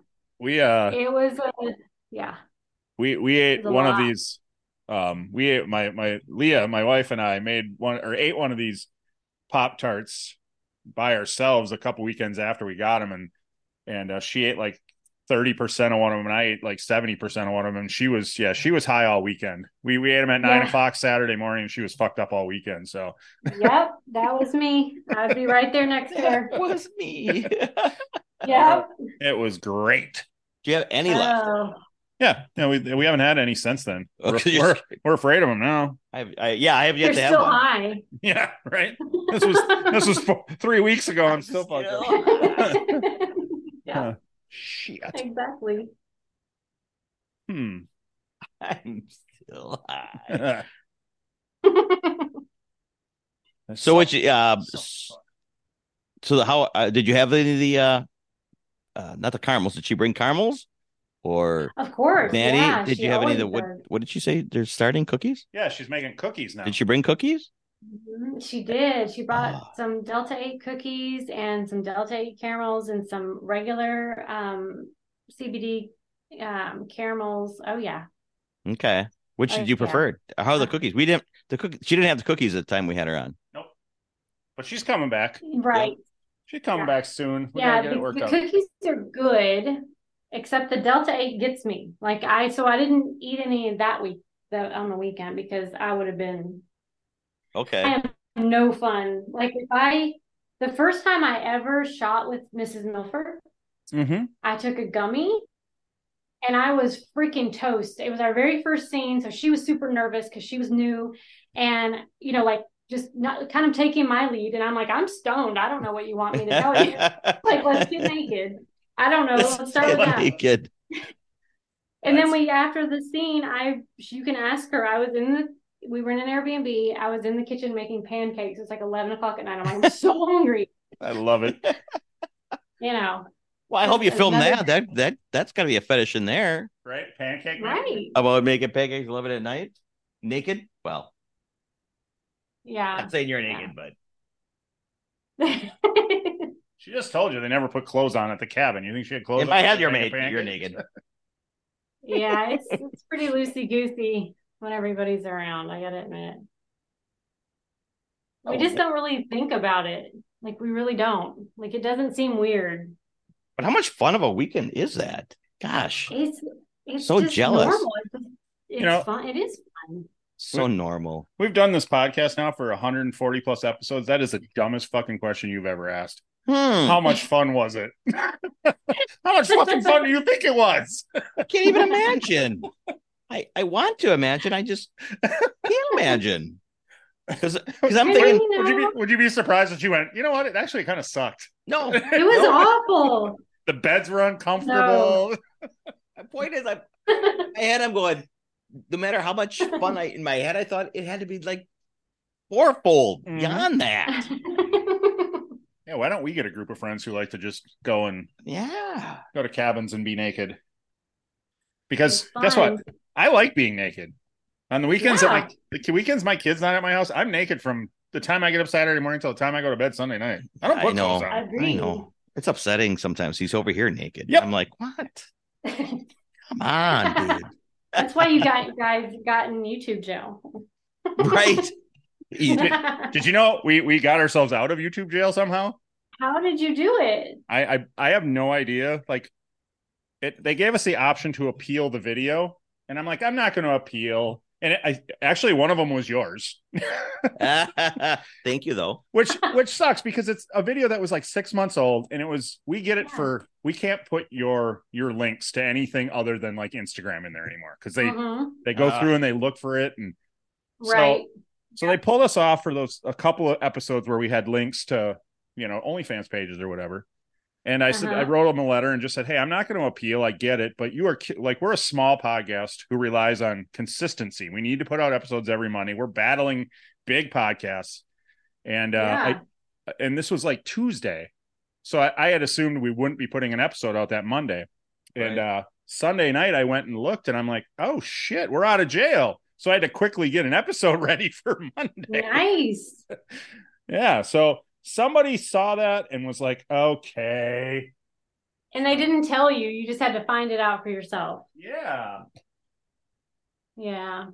Speaker 1: We uh
Speaker 2: It was a, yeah.
Speaker 1: we we ate
Speaker 2: It's a
Speaker 1: one of
Speaker 2: lot.
Speaker 1: these um we ate my my leah my wife and i made one or ate one of these pop tarts by ourselves a couple weekends after we got them and and uh, she ate like 30% of one of them and i ate like 70% of one of them and she was yeah she was high all weekend we we ate them at nine
Speaker 2: Yeah.
Speaker 1: o'clock saturday morning and she was fucked up all weekend so
Speaker 2: Yep. That was me. I'd be right there next to her.
Speaker 3: That was me.
Speaker 2: Yep.
Speaker 1: it was great
Speaker 3: Do you have any left?
Speaker 2: Oh.
Speaker 1: yeah no we, we haven't had any since then we're,
Speaker 3: Okay.
Speaker 1: we're, we're afraid of them now
Speaker 3: I, have- I, yeah, I have yet
Speaker 2: You're
Speaker 3: to have
Speaker 2: still
Speaker 3: one.
Speaker 2: high.
Speaker 1: yeah right this was this was four, three weeks ago i'm still fucked up
Speaker 2: yeah,
Speaker 1: shit
Speaker 2: exactly.
Speaker 1: Hmm.
Speaker 3: I'm still high.
Speaker 1: That's
Speaker 3: So what you uh
Speaker 1: so
Speaker 3: s-
Speaker 1: fun.
Speaker 3: so the how uh, did you have any of the uh uh not the caramels? Did she bring caramels? Or
Speaker 2: Of course.
Speaker 3: Nanny,
Speaker 2: yeah,
Speaker 3: did
Speaker 2: she
Speaker 3: you have any
Speaker 2: always
Speaker 3: of the what
Speaker 2: does.
Speaker 3: what did you say? They're starting cookies?
Speaker 1: yeah, she's making cookies now.
Speaker 3: Did she bring cookies?
Speaker 2: Mhm, She did. She brought
Speaker 3: Ah.
Speaker 2: some Delta 8 cookies and some Delta 8 caramels and some regular um, CBD um, caramels. Oh, yeah.
Speaker 3: Okay. Which
Speaker 2: Oh,
Speaker 3: did you
Speaker 2: yeah.
Speaker 3: prefer? How are the
Speaker 2: Uh,
Speaker 3: cookies? We didn't the cookie she didn't have the cookies at the time we had her on.
Speaker 1: but she's coming back.
Speaker 2: Right.
Speaker 1: She's coming
Speaker 2: Yeah.
Speaker 1: back soon. We're gonna
Speaker 2: Yeah.
Speaker 1: get it
Speaker 2: the,
Speaker 1: worked
Speaker 2: the
Speaker 1: out.
Speaker 2: cookies are good, except the Delta 8 gets me. Like, I, so I didn't eat any that week, the, on the weekend, because I would have been
Speaker 3: Okay.
Speaker 2: I am no fun. Like, if I, the first time I ever shot with Mrs. Milford,
Speaker 1: Mm-hmm.
Speaker 2: I took a gummy and I was freaking toast. It was our very first scene. So she was super nervous because she was new and, you know, like just not kind of taking my lead. And I'm like, I'm stoned. I don't know what you want me to tell you. like, let's get naked. I don't know. Let's start with that.
Speaker 3: Naked.
Speaker 2: And then we after the scene, I you can ask her. I was in the we were in an Airbnb. I was in the kitchen making pancakes. It's like eleven o'clock at night. I'm like, I'm so hungry.
Speaker 1: I love it.
Speaker 2: You know,
Speaker 3: Well, I hope you filmed
Speaker 2: Another-
Speaker 3: that. That that that's gotta be a fetish in there.
Speaker 1: Right? Pancake. night?
Speaker 2: right?
Speaker 3: About making pancakes eleven at night? Naked? Well,
Speaker 2: Yeah.
Speaker 3: not saying you're
Speaker 2: Yeah.
Speaker 3: naked, but
Speaker 1: She just told you they never put clothes on at the cabin. You think she had clothes?
Speaker 3: if
Speaker 1: on
Speaker 3: I
Speaker 1: for
Speaker 3: had your mate,
Speaker 1: making
Speaker 3: you're
Speaker 1: pancakes?
Speaker 3: naked.
Speaker 2: yeah, it's it's pretty loosey goosey when everybody's around. I gotta admit, we
Speaker 3: Oh,
Speaker 2: just
Speaker 3: yeah.
Speaker 2: don't really think about it. Like we really don't. Like it doesn't seem weird.
Speaker 3: But how much fun of a weekend is that? Gosh,
Speaker 2: It's it's
Speaker 3: So
Speaker 2: just
Speaker 3: jealous.
Speaker 2: normal. It's, it's
Speaker 1: know-
Speaker 2: fun. It is fun.
Speaker 3: so normal.
Speaker 1: We've done this podcast now for 140 plus episodes. That is the dumbest fucking question you've ever asked.
Speaker 3: Hmm.
Speaker 1: How much fun was it? How much fucking fun do you think it was?
Speaker 3: I can't even imagine. I, I want to imagine. I just can't imagine. Because I'm
Speaker 2: I
Speaker 3: thinking,
Speaker 2: mean, you
Speaker 1: Would you
Speaker 2: know,
Speaker 1: be Would you be surprised that you went? You know what? It actually kind of sucked.
Speaker 3: no,
Speaker 2: it was awful.
Speaker 1: The beds were uncomfortable.
Speaker 3: my point is, I, in my head, I'm going, no matter how much fun I, in my head, I thought it had to be like fourfold
Speaker 1: Mhm.
Speaker 3: beyond that.
Speaker 1: Yeah, why don't we get a group of friends who like to just go and
Speaker 3: Yeah.
Speaker 1: go to cabins and be naked? Because
Speaker 2: It's
Speaker 1: guess what?
Speaker 2: fun.
Speaker 1: I like being nakid. On the weekends,
Speaker 2: Yeah.
Speaker 1: at my, the weekends my kids not at my house, I'm naked from the time I get up Saturday morning till the time I go to bed Sunday night. I don't
Speaker 3: I
Speaker 1: put
Speaker 3: know.
Speaker 1: clothes
Speaker 2: I
Speaker 1: on.
Speaker 3: I
Speaker 2: agree.
Speaker 3: know. It's upsetting sometimes. He's over here naked.
Speaker 1: Yep.
Speaker 3: I'm like, what? Come on, dude.
Speaker 2: That's why you got guys got in YouTube jail.
Speaker 3: right? He-
Speaker 2: How
Speaker 1: Did you know we we got ourselves out of YouTube jail somehow?
Speaker 2: did you do it?
Speaker 1: I I, I have no idea. Like, it they gave us the option to appeal the video, and I'm like, I'm not going to appeal. And it, I actually one of them was yours,
Speaker 3: Thank you, though.
Speaker 1: which which sucks because it's a video that was like six months old, and it was we get it
Speaker 2: Yeah.
Speaker 1: for we can't put your your links to anything other than like Instagram in there anymore because they
Speaker 2: Mhm.
Speaker 1: they go
Speaker 3: Ah.
Speaker 1: through and they look for it and So-
Speaker 2: Right.
Speaker 1: So they pulled us off for those a couple of episodes where we had links to you know OnlyFans pages or whatever. And I said
Speaker 2: Uh-huh.
Speaker 1: I wrote them a letter and just said, "Hey, I'm not going to appeal. I get it, but you are ki- like we're a small podcast who relies on consistency. We need to put out episodes every Monday. We're battling big podcasts, and uh,
Speaker 2: Yeah.
Speaker 1: I, and this was like Tuesday, so I, I had assumed we wouldn't be putting an episode out that Monday. And uh, Sunday night, I went and looked, and I'm like, "Oh shit, we're out of jail." So I had to quickly get an episode ready for Monday.
Speaker 2: nice.
Speaker 1: Yeah. So somebody saw that and was like, okay.
Speaker 2: And they didn't tell you. You just had to find it out for yourself.
Speaker 1: Yeah.
Speaker 2: Yeah.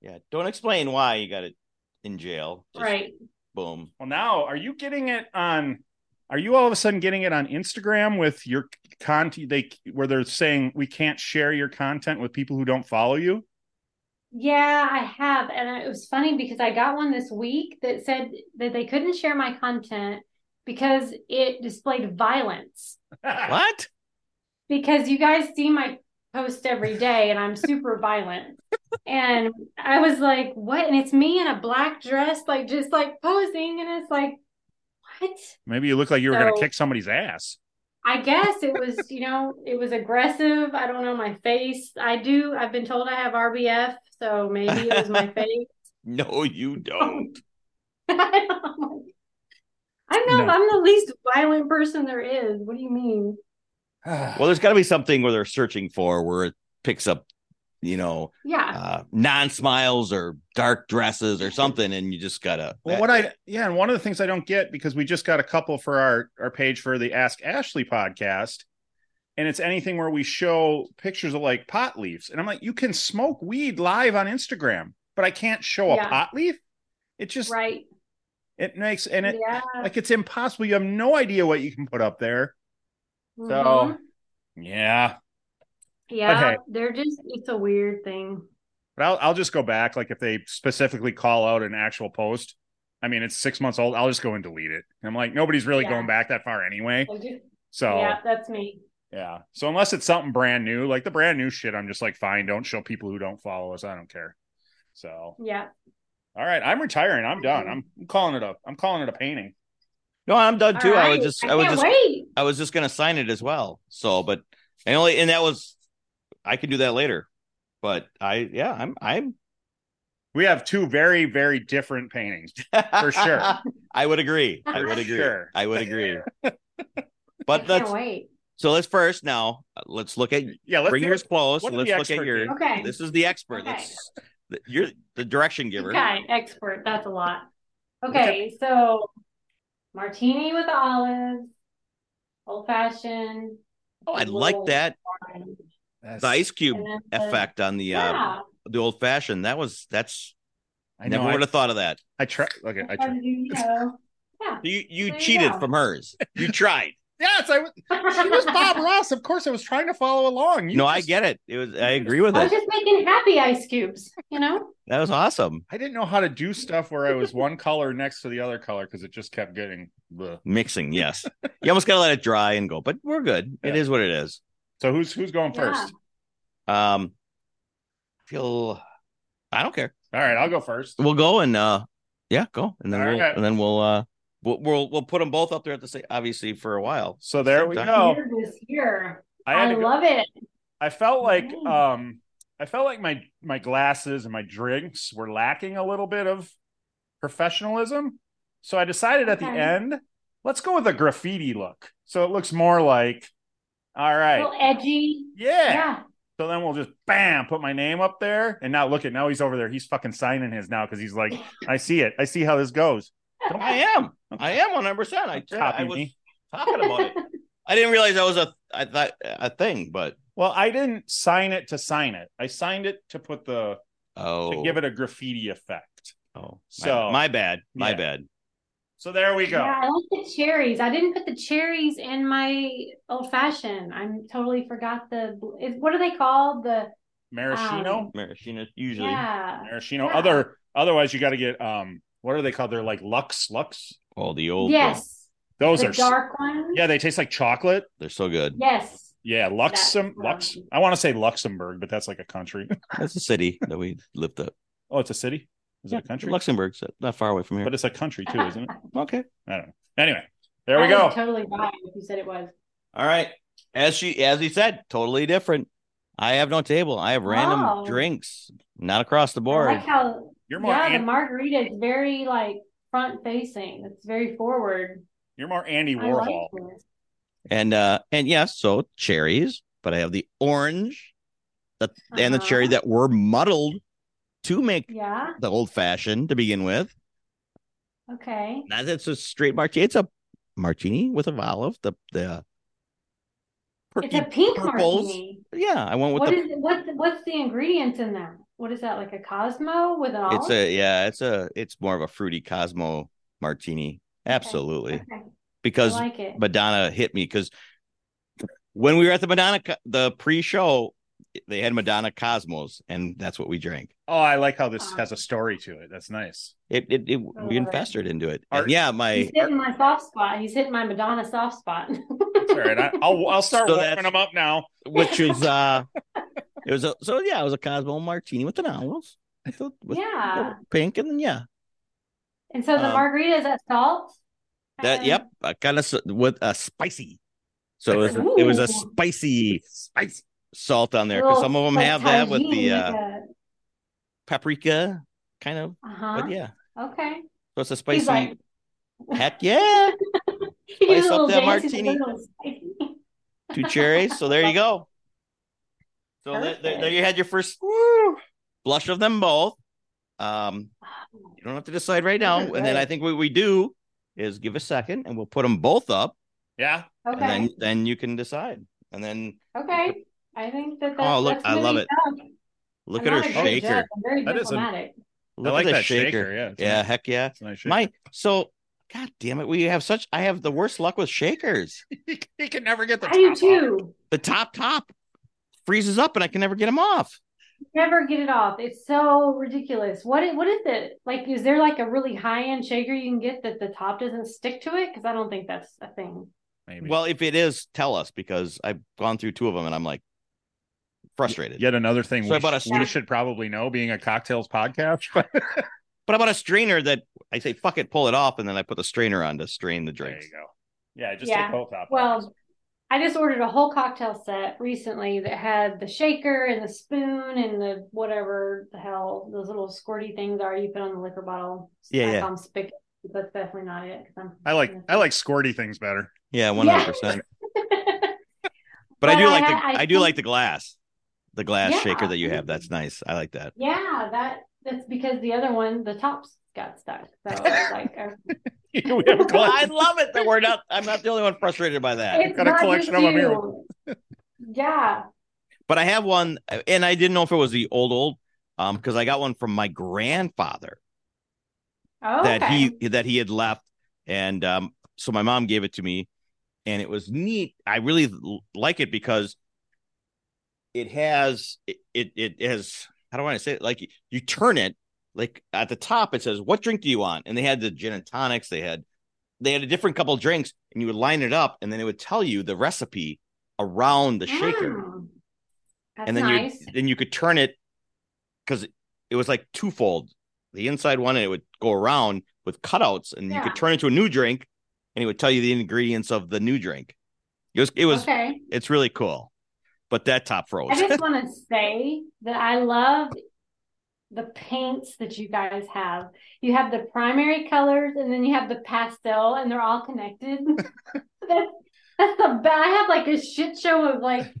Speaker 3: Yeah. Don't explain why you got it in jail. Just
Speaker 2: Right.
Speaker 3: Boom.
Speaker 1: Well, now are you getting it on? Are you all of a sudden getting it on Instagram with your content? They where they're saying we can't share your content with people who don't follow you.
Speaker 2: Yeah, I have. And it was funny because I got one this week that said that they couldn't share my content because it displayed violence.
Speaker 3: What?
Speaker 2: Because you guys see my post every day and I'm super violent. And I was like, what? And it's me in a black dress, like just like posing. And it's like, what?
Speaker 1: Maybe you look like you were going
Speaker 2: So-
Speaker 1: to kick somebody's ass.
Speaker 2: I guess it was, you know, it was aggressive. I don't know my face. I do, I've been told I have RBF, so maybe it was my face.
Speaker 3: No, you don't.
Speaker 2: I'm not.
Speaker 1: No.
Speaker 2: I'm the least violent person there is. What do you mean?
Speaker 3: well, there's got to be something where they're searching for where it picks up, you know,
Speaker 2: Yeah.
Speaker 3: uh, non smiles or dark dresses or something. And you just got to.
Speaker 1: Well, what I yeah, and one of the things I don't get because we just got a couple for our our page for the Ask Ashley podcast, and it's anything where we show pictures of like pot leaves, and I'm like, you can smoke weed live on Instagram, but I can't show a
Speaker 2: Yeah.
Speaker 1: pot leaf. It just
Speaker 2: right.
Speaker 1: it makes Uh, and it
Speaker 2: yeah.
Speaker 1: like it's impossible. You have no idea what you can put up there.
Speaker 2: Mhm.
Speaker 1: yeah,
Speaker 2: Yeah.
Speaker 1: okay.
Speaker 2: They're just. It's a weird thing.
Speaker 1: but I'll I'll just go back. Like if they specifically call out an actual post. I mean, it's six months old. I'll just go and delete it. I'm like, nobody's really
Speaker 2: Yeah.
Speaker 1: going back that far anyway.
Speaker 2: I do-
Speaker 1: So
Speaker 2: Yeah, that's me.
Speaker 1: Yeah. So unless it's something brand new, like the brand new shit, I'm just like, fine, don't show people who don't follow us. I don't care. So, all
Speaker 2: Yeah.
Speaker 1: right, I'm retiring. I'm done. I'm, I'm calling it a. I'm calling it a painting.
Speaker 3: no, I'm done
Speaker 2: All
Speaker 3: too. I was
Speaker 2: right.
Speaker 3: just,
Speaker 2: I
Speaker 3: I, was
Speaker 2: can't
Speaker 3: just,
Speaker 2: wait.
Speaker 3: I was just going to sign it as well. So, but, and only, and that was, I can do that later. But I, yeah, I'm, I'm
Speaker 1: We have two very, very different paintings.
Speaker 3: for
Speaker 1: sure.
Speaker 3: I would agree. I
Speaker 2: For
Speaker 3: would agree.
Speaker 1: sure.
Speaker 3: I would agree.
Speaker 2: I
Speaker 3: But
Speaker 2: can't
Speaker 3: that's
Speaker 2: wait.
Speaker 3: so. Let's first now. uh, Let's look at
Speaker 1: Yeah, let's
Speaker 3: bring
Speaker 1: do
Speaker 3: yours
Speaker 1: it.
Speaker 3: close.
Speaker 1: What did
Speaker 3: Let's
Speaker 1: the
Speaker 3: look at
Speaker 1: expert
Speaker 3: your.
Speaker 1: do?
Speaker 2: Okay.
Speaker 3: This is the expert.
Speaker 2: Okay.
Speaker 3: Let's. th- You're the direction giver.
Speaker 2: Guy expert. That's a lot. Okay. So, martini with olives, old fashioned.
Speaker 3: Oh, I like that.
Speaker 1: That's-
Speaker 3: The ice cube
Speaker 2: And then the-
Speaker 3: effect on the uh,
Speaker 2: Yeah.
Speaker 3: the old fashioned. That was that's. I
Speaker 1: I know.
Speaker 3: never
Speaker 1: I,
Speaker 3: would have thought of that.
Speaker 1: I try. Okay, I
Speaker 2: How
Speaker 1: try.
Speaker 2: do you know? Yeah.
Speaker 3: You you
Speaker 2: There you
Speaker 3: cheated
Speaker 2: go.
Speaker 3: from hers. You tried.
Speaker 1: Yes, I was. She was Bob Ross. Of course, I was trying to follow along. You
Speaker 3: no, I
Speaker 1: just-
Speaker 3: get it. It was. I agree with
Speaker 2: I was
Speaker 3: it.
Speaker 2: just making happy ice cubes, you know?
Speaker 3: That was awesome.
Speaker 1: I didn't know how to do stuff where I was one color next to the other color because it just kept getting. bleh.
Speaker 3: Mixing, yes. You almost gotta let it dry and go, but we're good.
Speaker 1: Yeah.
Speaker 3: It is what it is.
Speaker 1: So who's who's going
Speaker 2: Yeah.
Speaker 1: first?
Speaker 3: Um, I feel I don't care.
Speaker 1: All right, I'll go first.
Speaker 3: We'll go and uh, yeah, go and then
Speaker 1: All
Speaker 3: we'll
Speaker 1: right.
Speaker 3: and then we'll uh, we'll we'll, we'll put them both up there at the same. Obviously, for a while.
Speaker 1: So there we
Speaker 3: Same
Speaker 1: go.
Speaker 2: Here This year.
Speaker 1: I had
Speaker 2: I,
Speaker 1: to go.
Speaker 2: love it.
Speaker 1: I felt like
Speaker 2: Mm.
Speaker 1: um I felt like my my glasses and my drinks were lacking a little bit of professionalism. So I decided at the
Speaker 2: Okay.
Speaker 1: end, let's go with a graffiti look. So it looks more like all right.
Speaker 2: A little edgy.
Speaker 1: yeah.
Speaker 2: Yeah.
Speaker 1: So then we'll just bam put my name up there and now look at now he's over there. He's fucking signing his now because he's like, I see it. I see how this goes.
Speaker 3: I am. I am one hundred percent. I
Speaker 1: Copy
Speaker 3: I was
Speaker 1: me.
Speaker 3: talking about it. I didn't realize that was a I thought a thing, but
Speaker 1: Well, I didn't sign it to sign it. I signed it to put the
Speaker 3: oh,
Speaker 1: to give it a graffiti effect.
Speaker 3: Oh,
Speaker 1: So-
Speaker 3: my, my bad. My
Speaker 1: Yeah.
Speaker 3: bad.
Speaker 1: So there we go.
Speaker 2: Yeah, I like the cherries. I didn't put the cherries in my old fashioned. I totally forgot the. Is, what are they called? The
Speaker 1: Maraschino.
Speaker 2: Um,
Speaker 3: Maraschino usually.
Speaker 2: yeah.
Speaker 1: maraschino.
Speaker 2: Yeah.
Speaker 1: Other otherwise, you got to get um, what are they called? They're like Lux Lux.
Speaker 3: Oh, the old.
Speaker 2: yes.
Speaker 1: Those
Speaker 2: the
Speaker 1: are s-
Speaker 2: dark ones.
Speaker 1: yeah, they taste like chocolate.
Speaker 3: They're so good.
Speaker 2: Yes.
Speaker 1: Yeah, Luxem
Speaker 2: That's what
Speaker 1: Lux.
Speaker 2: I'm-
Speaker 1: I want to say Luxembourg, but that's like a country.
Speaker 3: That's a city that we lived up.
Speaker 1: oh, it's a city. Is it a country?
Speaker 3: Luxembourg's not far away from here.
Speaker 1: But it's a country too, isn't it?
Speaker 3: okay.
Speaker 1: I don't know. Anyway, there we
Speaker 2: I
Speaker 1: go.
Speaker 2: was Totally right. If you said it was.
Speaker 3: All right. As she as he said, totally different. I have no table. I have random
Speaker 2: Wow.
Speaker 3: drinks, not across the
Speaker 2: I
Speaker 3: board.
Speaker 2: like how.
Speaker 1: You're more
Speaker 2: yeah,
Speaker 1: An-
Speaker 2: the margarita is very like front facing. It's very forward.
Speaker 1: you're more Andy
Speaker 2: I like
Speaker 1: Warhol.
Speaker 2: this.
Speaker 3: and uh and yes, so cherries, but I have the orange that and the
Speaker 2: Uh-huh.
Speaker 3: cherry that were muddled to make
Speaker 2: Yeah.
Speaker 3: the old fashioned to begin with.
Speaker 2: Okay.
Speaker 3: Now that's a straight martini. It's a martini with a olive. The the
Speaker 2: It's
Speaker 3: perky
Speaker 2: a pink
Speaker 3: purples.
Speaker 2: martini.
Speaker 3: Yeah, I went with
Speaker 2: What
Speaker 3: the.
Speaker 2: is it what's what's the ingredients in that? What is that like a Cosmo with an
Speaker 3: It's
Speaker 2: olive?
Speaker 3: a yeah. It's a it's more of a fruity Cosmo martini. Absolutely,
Speaker 2: Okay, I
Speaker 3: because
Speaker 2: like it.
Speaker 3: Madonna hit me because when we were at the Madonna co- the pre-show, they had Madonna Cosmos, and that's what we drank.
Speaker 1: Oh, I like how
Speaker 2: Uh-huh.
Speaker 1: this has a story to it. That's nice.
Speaker 3: It it, it
Speaker 2: love
Speaker 3: we
Speaker 2: it.
Speaker 3: invested into it.
Speaker 1: Art-
Speaker 3: And yeah, my
Speaker 2: He's hitting my soft spot. He's hitting my Madonna soft spot.
Speaker 1: It's all right. I, I'll I'll start
Speaker 3: So
Speaker 1: warming
Speaker 3: that's-
Speaker 1: them up now.
Speaker 3: which was uh, it was a, so yeah, it was a Cosmo martini with an olive, with, the- with
Speaker 2: yeah.
Speaker 3: pink, and then yeah,
Speaker 2: And so the
Speaker 3: um,
Speaker 2: margarita is that salt?
Speaker 3: That
Speaker 2: Uh,
Speaker 3: yep, uh, kind of with a spicy. So it was, it was a
Speaker 2: Ooh.
Speaker 3: spicy spicy salt on there because
Speaker 2: little,
Speaker 3: some of them
Speaker 2: like,
Speaker 3: have that with the
Speaker 2: tagine,
Speaker 3: uh,
Speaker 2: like a-
Speaker 3: paprika kind of.
Speaker 2: uh-huh.
Speaker 3: But yeah,
Speaker 2: Okay.
Speaker 3: so it's a spicy.
Speaker 2: He's like
Speaker 3: Heck yeah,
Speaker 2: he did
Speaker 3: spice
Speaker 2: a little
Speaker 3: up that
Speaker 2: dance, he's like,
Speaker 3: martini.
Speaker 2: "Oh, it's spicy."
Speaker 3: two cherries. So there you go. So there, there, there you had your first blush of them both. Um, you don't have to decide right now. And then I think what we do is give a second, and we'll put them both up,
Speaker 1: Yeah,
Speaker 2: Okay.
Speaker 3: and then then you can decide. And then
Speaker 2: okay. I think that that
Speaker 3: Oh, look,
Speaker 2: that's
Speaker 3: I love
Speaker 2: really
Speaker 3: it.
Speaker 2: tough.
Speaker 3: look
Speaker 2: I'm
Speaker 3: at
Speaker 2: not
Speaker 3: her
Speaker 2: a great
Speaker 3: shaker.
Speaker 2: judge. I'm very
Speaker 1: That is a-
Speaker 2: diplomatic.
Speaker 3: Look
Speaker 1: I like
Speaker 3: at the
Speaker 1: that shaker.
Speaker 3: shaker.
Speaker 1: Yeah, it's
Speaker 3: Yeah,
Speaker 1: nice.
Speaker 3: heck yeah.
Speaker 1: It's a nice shaker.
Speaker 3: My so god damn it, we have such I have the worst luck with shakers.
Speaker 1: he, he can never get the.
Speaker 2: I do
Speaker 1: top off.
Speaker 2: too.
Speaker 3: The top top freezes up and I can never get them off.
Speaker 2: Never get it off. It's so ridiculous. What i- what is it? Like, is there like a really high end shaker you can get that the top doesn't stick to it? Because I don't think that's a thing.
Speaker 1: Maybe.
Speaker 3: Well, if it is, tell us because I've gone through two of them and I'm like frustrated.
Speaker 1: yet another thing
Speaker 3: So
Speaker 1: we,
Speaker 3: I bought a
Speaker 1: sh-
Speaker 3: snack.
Speaker 1: we should probably know being a cocktails podcast. But
Speaker 3: But I bought a strainer that I say fuck it, pull it off, and then I put the strainer on to strain the
Speaker 1: there you
Speaker 3: drinks.
Speaker 1: go. Yeah, just
Speaker 2: Yeah.
Speaker 1: take both top.
Speaker 2: Well, I just ordered a whole cocktail set recently that had the shaker and the spoon and the whatever the hell those little squirty things are you put on the liquor bottle.
Speaker 3: Yeah,
Speaker 2: I
Speaker 3: yeah.
Speaker 2: call 'em spigots, but That's definitely not it. 'cause I'm-
Speaker 1: I like I like squirty things better.
Speaker 3: Yeah, one hundred percent. But I
Speaker 2: But
Speaker 3: do
Speaker 2: I
Speaker 3: like the
Speaker 2: had- I
Speaker 3: I, do
Speaker 2: think-
Speaker 3: like the glass. The glass
Speaker 2: Yeah.
Speaker 3: shaker that you have. That's nice. I like that.
Speaker 2: yeah, that that's because the other one, the tops got stuck. So I was like, oh.
Speaker 1: we have a
Speaker 3: I
Speaker 1: glass.
Speaker 3: love it that we're not I'm not the only one frustrated by that.
Speaker 2: It's
Speaker 1: got a
Speaker 2: not
Speaker 1: collection
Speaker 2: just
Speaker 1: of 'em here.
Speaker 2: you. Yeah.
Speaker 3: but I have one, and I didn't know if it was the old old, um, because I got one from my grandfather
Speaker 2: Oh,
Speaker 3: that
Speaker 2: okay.
Speaker 3: he that he had left, and um, so my mom gave it to me, and it was neat. I really l- like it because it has it it, it has how do I say it? Like you turn it like at the top it says what drink do you want, and they had the gin and tonics. They had they had a different couple of drinks, and you would line it up, and then it would tell you the recipe around the shaker,
Speaker 2: Wow. Hmm. That's
Speaker 3: and then
Speaker 2: nice.
Speaker 3: you then you could turn it because it was like twofold. The inside one and it would go around with cutouts, and you
Speaker 2: Yeah.
Speaker 3: could turn it to a new drink, and it would tell you the ingredients of the new drink. It was it was
Speaker 2: okay.
Speaker 3: it's really cool. But that top froze.
Speaker 2: I just want to say that I love the paints that you guys have. You have the primary colors and then you have the pastel and they're all connected. that's that's the bad. I have like a shit show of like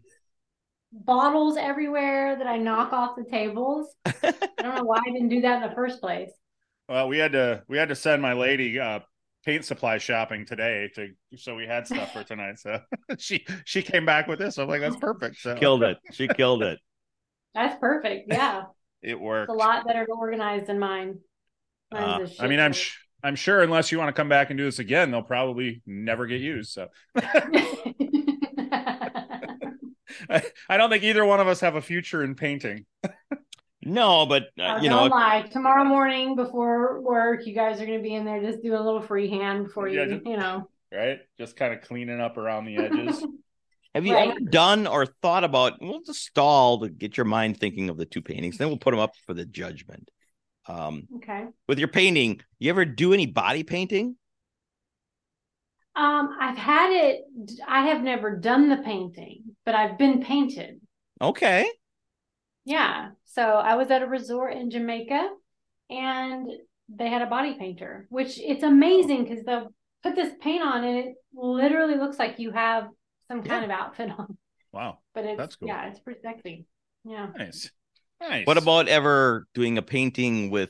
Speaker 2: bottles everywhere that I knock off the tables. I don't know why I didn't do that in the first place.
Speaker 1: Well, we had to we had to send my lady uh paint supply shopping today to so we had stuff for tonight. So she she came back with this. I'm like, that's perfect. So
Speaker 3: killed it. She killed it.
Speaker 2: That's perfect. Yeah.
Speaker 1: it
Speaker 2: It's
Speaker 1: worked.
Speaker 2: a lot better organized than mine. Mine's a
Speaker 3: Uh,
Speaker 2: shit
Speaker 1: I mean, I'm
Speaker 2: show.
Speaker 1: sh- I'm sure unless you want to come back and do this again, they'll probably never get used. So I, I don't think either one of us have a future in painting.
Speaker 3: No, but
Speaker 2: Oh,
Speaker 3: uh, you know,
Speaker 2: don't lie. Tomorrow morning before work, you guys are going to be in there. Just do a little freehand before you,
Speaker 1: Yeah, just-
Speaker 2: you know.
Speaker 1: Right? Just kind of cleaning up around the edges.
Speaker 3: have you
Speaker 2: Right.
Speaker 3: ever done or thought about? We'll just stall to get your mind thinking of the two paintings, then we'll put them up for the judgment. Um,
Speaker 2: okay.
Speaker 3: with your painting, you ever do any body painting?
Speaker 2: Um, I've had it. I have never done the painting, but I've been painted.
Speaker 3: Okay,
Speaker 2: Yeah. So I was at a resort in Jamaica, and they had a body painter, which it's amazing because they'll put this paint on, and it literally looks like you have some kind of outfit on.
Speaker 1: Wow.
Speaker 2: But it's
Speaker 1: That's cool.
Speaker 2: yeah, it's pretty sexy. Yeah.
Speaker 1: Nice. Nice.
Speaker 3: what about ever doing a painting with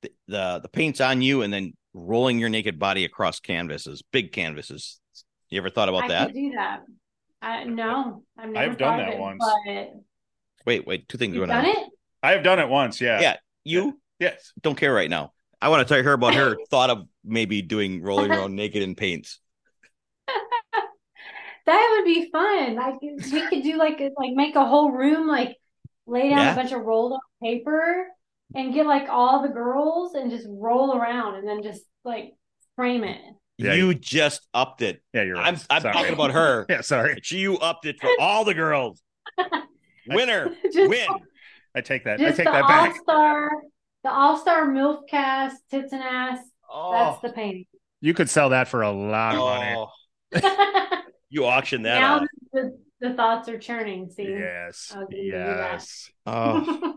Speaker 3: the, the the paints on you and then rolling your naked body across canvases, big canvases? You ever thought about
Speaker 2: I
Speaker 3: that?
Speaker 2: could do that. I no, I've never
Speaker 1: I've done
Speaker 2: thought of
Speaker 1: that
Speaker 2: it,
Speaker 1: once.
Speaker 2: But
Speaker 3: Wait, wait, two things
Speaker 2: you've
Speaker 3: going
Speaker 2: done
Speaker 3: on.
Speaker 2: it.
Speaker 1: I have done it once, yeah.
Speaker 3: Yeah. You
Speaker 1: Yes.
Speaker 3: don't care right now. I want to tell her about her thought of maybe doing rolling around naked in paints.
Speaker 2: That would be fun. Like we could do like a- like make a whole room like lay down
Speaker 3: Yeah.
Speaker 2: a bunch of rolled up paper and get like all the girls and just roll around and then just like frame it.
Speaker 1: Yeah.
Speaker 3: You just upped it.
Speaker 1: Yeah, you're right.
Speaker 3: I'm I'm
Speaker 1: Sorry.
Speaker 3: talking about her.
Speaker 1: Yeah, sorry.
Speaker 3: She you upped it for all the girls. Winner,
Speaker 2: Just
Speaker 3: win.
Speaker 1: I take that. I
Speaker 2: just
Speaker 1: take
Speaker 2: the
Speaker 1: that back.
Speaker 2: all star, the all star milf cast, tits and ass. That's
Speaker 3: Oh,
Speaker 2: the painting.
Speaker 1: You could sell that for a lot of money.
Speaker 3: oh, uh, you auctioned that
Speaker 2: now
Speaker 3: off.
Speaker 2: the, the thoughts are churning. See.
Speaker 1: Yes.
Speaker 2: I was gonna do
Speaker 1: Yes.
Speaker 2: that.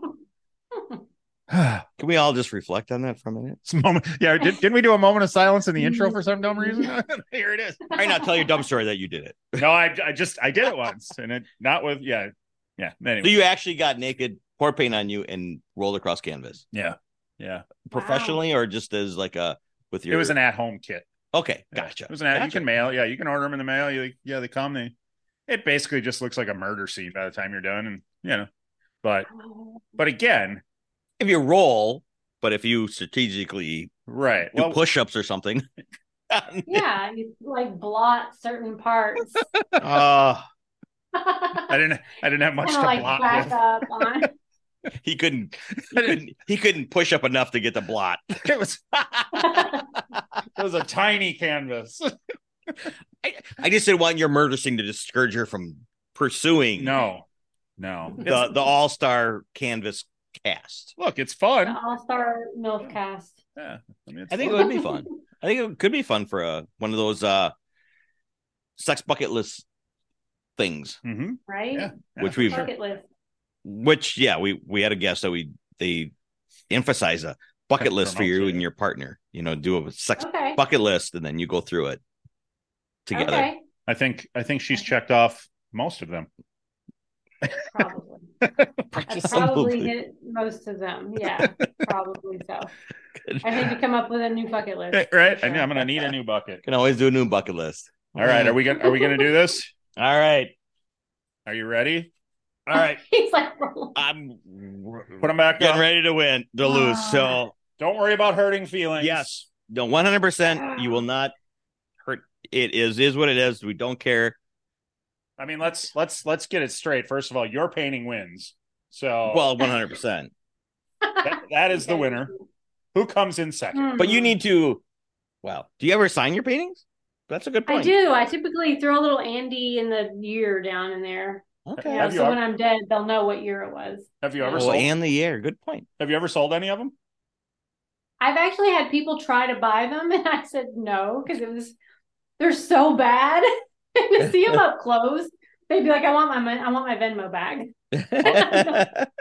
Speaker 3: Oh, can we all just reflect on that for a minute?
Speaker 1: It's a moment. Yeah, did, didn't we do a moment of silence in the intro for some dumb reason? Here it is.
Speaker 3: All right, now tell your dumb story that you did it.
Speaker 1: No, I, I just I did it once, and it not with yeah, yeah.
Speaker 3: So
Speaker 1: Anyway,
Speaker 3: you actually got naked, poured paint on you, and rolled across canvas
Speaker 1: yeah, yeah.
Speaker 3: professionally, or just as like a with your.
Speaker 1: It was an at-home kit.
Speaker 3: okay.
Speaker 1: Yeah.
Speaker 3: Gotcha.
Speaker 1: It was an at. You
Speaker 3: Gotcha.
Speaker 1: can mail. Yeah, you can order them in the mail. You yeah, they come. They it basically just looks like a murder scene by the time you're done, and you know. But but again,
Speaker 3: if you roll, but if you strategically
Speaker 1: right?
Speaker 3: do
Speaker 1: Well,
Speaker 3: push-ups or something.
Speaker 2: yeah, you like blot certain parts.
Speaker 3: uh,
Speaker 1: I didn't I didn't have much to
Speaker 2: Kinda like
Speaker 1: block
Speaker 2: back
Speaker 1: with.
Speaker 2: up on.
Speaker 3: he couldn't he couldn't, he couldn't push up enough to get the blot.
Speaker 1: It was it was a tiny canvas.
Speaker 3: I just didn't want your murder scene to discourage her from pursuing
Speaker 1: No, no.
Speaker 3: the, the all star canvas cast.
Speaker 1: Look, it's fun.
Speaker 2: All star milf cast.
Speaker 1: I, mean, it's
Speaker 3: I think it
Speaker 1: fun.
Speaker 3: would be fun. I think it could be fun for a, one of those uh, sex bucket list things,
Speaker 1: Mhm.
Speaker 2: Right?
Speaker 1: Yeah.
Speaker 3: which we've,
Speaker 2: Bucket list.
Speaker 3: which yeah, we we had a guest that we they emphasize a bucket list for you
Speaker 1: Promote it.
Speaker 3: and your partner. You know, do a sex
Speaker 2: Okay.
Speaker 3: bucket list, and then you go through it together.
Speaker 2: Okay.
Speaker 1: I think I think she's checked off most of them.
Speaker 2: Probably. I
Speaker 3: Probably.
Speaker 2: probably hit most of them. Yeah. Probably so. I need to come up with a new bucket list.
Speaker 1: Right? right?
Speaker 2: for
Speaker 1: I know I'm gonna need a new bucket.
Speaker 3: Can always do a new bucket list.
Speaker 1: All right, are we gonna are we gonna do this?
Speaker 3: All right.
Speaker 1: Are you ready? All
Speaker 2: sure.
Speaker 1: right,
Speaker 2: He's like, rolling.
Speaker 1: Uh,
Speaker 3: I'm
Speaker 1: put them back
Speaker 3: getting
Speaker 1: up.
Speaker 3: ready to win, to lose. So
Speaker 1: Don't worry about hurting feelings.
Speaker 3: yes, no, one hundred percent. You will not hurt It is is what it is. We don't care.
Speaker 1: I mean, let's let's let's get it straight. First of all, your painting wins. So
Speaker 3: Well, one hundred percent.
Speaker 1: that, that is the winner. Who comes in
Speaker 2: Hmm.
Speaker 1: second?
Speaker 3: But you need to. Well, do you ever sign your paintings? That's a good point.
Speaker 2: I do. I typically throw a little Andy in the year down in there. You
Speaker 3: Okay.
Speaker 2: know,
Speaker 1: Have you
Speaker 2: so
Speaker 1: ever-
Speaker 2: when I'm dead, they'll know what year it was.
Speaker 1: Have you ever
Speaker 3: Oh,
Speaker 1: sold?
Speaker 3: and the year. Good point.
Speaker 1: have you ever sold any of them?
Speaker 2: I've actually had people try to buy them, and I said no because it was they're so bad. and to see them up close, they'd be like, "I want my mon- I want my Venmo back."
Speaker 3: These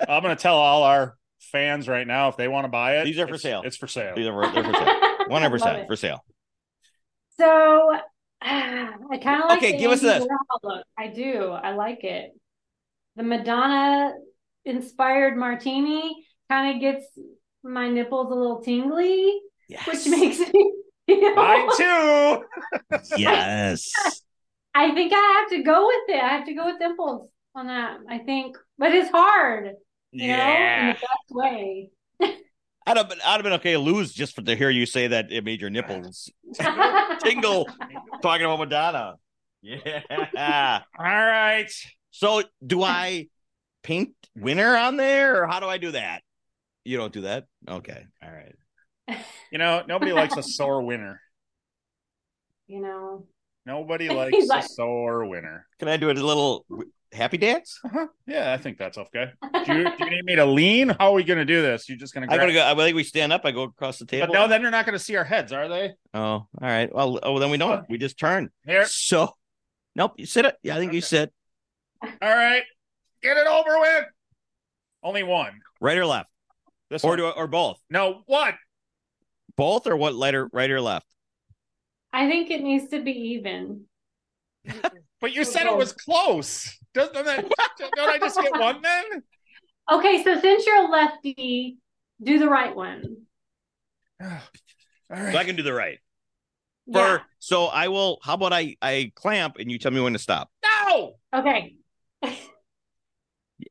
Speaker 1: I'm going to tell all our fans right now if they want to buy it.
Speaker 3: These are for
Speaker 1: it's-
Speaker 3: sale.
Speaker 1: It's for sale.
Speaker 3: are they're for sale. One hundred
Speaker 2: Love
Speaker 3: percent
Speaker 2: it.
Speaker 3: for sale.
Speaker 2: So ah, I kind of like
Speaker 3: Okay,
Speaker 2: the
Speaker 3: give us
Speaker 2: Andy
Speaker 3: this.
Speaker 2: Warhol look. I do. I like it. The Madonna inspired martini kind of gets my nipples a little tingly,
Speaker 3: Yes.
Speaker 2: which makes me feel-
Speaker 1: Mine too.
Speaker 3: yes.
Speaker 2: I think I have to go with it. I have to go with dimples on that. I think, but it's hard, you know, in the
Speaker 1: Yeah.
Speaker 2: best way.
Speaker 3: I'd have been I'd have been okay to lose just for to hear you say that it made your nipples tingle talking about Madonna. Yeah.
Speaker 1: All right.
Speaker 3: So do I paint winner on there or how do I do that? You don't do that? Okay. All right.
Speaker 1: You know, nobody likes a sore winner.
Speaker 2: you know,
Speaker 1: Nobody
Speaker 2: He's
Speaker 1: likes
Speaker 2: like-
Speaker 1: a sore winner.
Speaker 3: Can I do a little w- happy dance?
Speaker 1: Uh-huh. Yeah, I think that's okay. Do you, do you need me to lean? How are we going to do this? You're just going to
Speaker 3: I
Speaker 1: grab.
Speaker 3: gotta go. I think we stand up. I go across the
Speaker 1: but
Speaker 3: table.
Speaker 1: no, then they're not going to see our heads, are they?
Speaker 3: oh, all right. Well, oh, then we know it. We just turn.
Speaker 1: Here.
Speaker 3: So, nope. You sit. it. Yeah, I think you
Speaker 1: Okay.
Speaker 3: sit.
Speaker 1: All right. Get it over with. Only one.
Speaker 3: Right or left,
Speaker 1: This
Speaker 3: or
Speaker 1: one.
Speaker 3: do I, or both?
Speaker 1: no, what?
Speaker 3: Both or what? Letter right or left?
Speaker 2: I think it needs to be even.
Speaker 1: But you said it was close. Doesn't that, don't I just get one then?
Speaker 2: Okay, so since you're a lefty, do the right one.
Speaker 1: All
Speaker 3: So I
Speaker 1: right.
Speaker 3: can do the right. For
Speaker 2: Yeah.
Speaker 3: so I will. How about I I clamp and you tell me when to stop?
Speaker 1: No.
Speaker 2: Okay.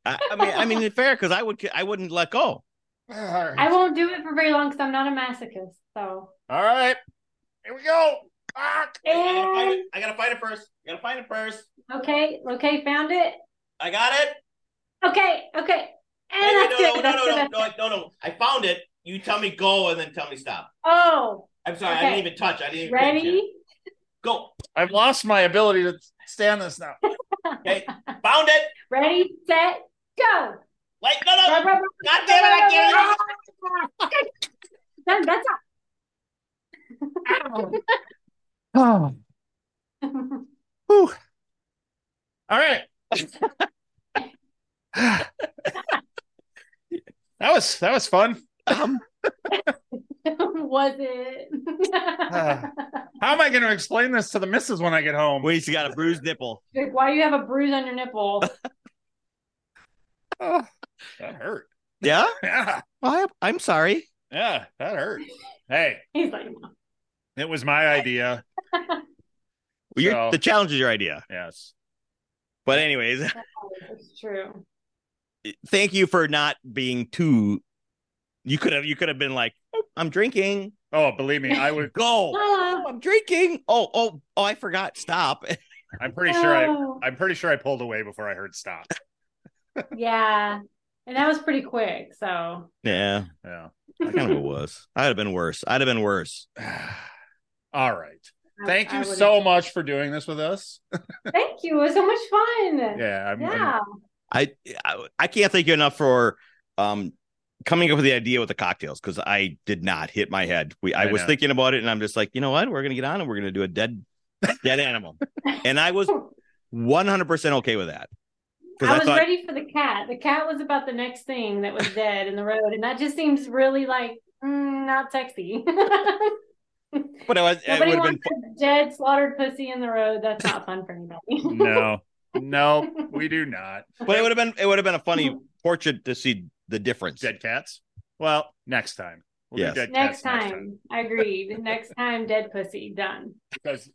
Speaker 3: I, I mean, I mean, it's fair because I would I wouldn't let go.
Speaker 1: All right.
Speaker 2: I won't do it for very long because I'm not a masochist. So
Speaker 1: All right. Here we go. Ah,
Speaker 2: and
Speaker 3: I gotta find it first. I gotta find it first.
Speaker 2: okay, okay, found it.
Speaker 3: I got it.
Speaker 2: Okay, okay. And that's good. that's good, that's good.
Speaker 3: no, no. I found it. You tell me go and then tell me stop.
Speaker 2: Oh,
Speaker 3: I'm
Speaker 2: sorry, I didn't Okay.
Speaker 3: even touch. I didn't
Speaker 2: ready?
Speaker 3: Go.
Speaker 1: I've lost my ability to stand this now.
Speaker 3: Okay. Found it.
Speaker 2: Ready, set, go.
Speaker 3: Wait, no,
Speaker 2: Rub, rub, rub.
Speaker 3: God
Speaker 2: That- That's
Speaker 1: Oh.
Speaker 2: all.
Speaker 1: All right. that was that was fun.
Speaker 2: Was it?
Speaker 1: Ah. How am I going to explain this to the missus when I get home?
Speaker 3: Wait, she got a bruised nipple.
Speaker 2: Like, Why do you have a bruise on your nipple?
Speaker 1: Oh, that hurt.
Speaker 3: Yeah.
Speaker 1: Yeah,
Speaker 3: I, I'm sorry.
Speaker 1: yeah, that hurt. Hey,
Speaker 2: He's like, no.
Speaker 1: it was my idea.
Speaker 3: Well, you're-
Speaker 1: So-
Speaker 3: the challenge is your idea.
Speaker 1: Yes.
Speaker 3: But anyways,
Speaker 2: it's true.
Speaker 3: thank you for not being too. You could have. You could have been like, "Oh, I'm drinking.
Speaker 1: Oh, believe me, I would.
Speaker 3: Go.
Speaker 2: Oh,
Speaker 3: Oh, I'm drinking. Oh, oh, oh! I forgot. Stop.
Speaker 1: I'm pretty sure I.
Speaker 2: no.
Speaker 1: I'm pretty sure I pulled away before I heard stop.
Speaker 2: Yeah. And that was pretty quick. So
Speaker 3: Yeah,
Speaker 1: Yeah.
Speaker 3: I kind of was. I'd have been worse. I'd have been worse.
Speaker 1: All right.
Speaker 2: I-
Speaker 1: Thank
Speaker 2: I
Speaker 1: you
Speaker 2: would've-
Speaker 1: so much for doing this with us.
Speaker 2: Thank you. It was so much fun.
Speaker 1: Yeah. I'm,
Speaker 2: Yeah.
Speaker 3: I, I I can't thank you enough for um coming up with the idea with the cocktails because I did not hit my head. We I,
Speaker 1: I
Speaker 3: was
Speaker 1: know.
Speaker 3: thinking about it and I'm just like, you know what? We're gonna get on and we're gonna do a dead dead animal, and I was 100 percent okay with that because
Speaker 2: I
Speaker 3: I,
Speaker 2: was
Speaker 3: thought
Speaker 2: ready for the cat. The cat was about the next thing that was dead in the road. And that just seems really like mm, not sexy.
Speaker 3: but I was it
Speaker 2: Nobody
Speaker 3: would have been
Speaker 2: wants a dead slaughtered pussy in the road. That's not fun for anybody.
Speaker 1: no. No, we do not.
Speaker 3: but it would have been it would have been a
Speaker 2: Mm-hmm.
Speaker 3: funny portrait to see the difference.
Speaker 1: Dead cats. Well, next time. We'll
Speaker 3: Yes.
Speaker 1: do dead
Speaker 2: next,
Speaker 1: cats next
Speaker 2: time. I agreed. next time, dead pussy. Done.
Speaker 1: Because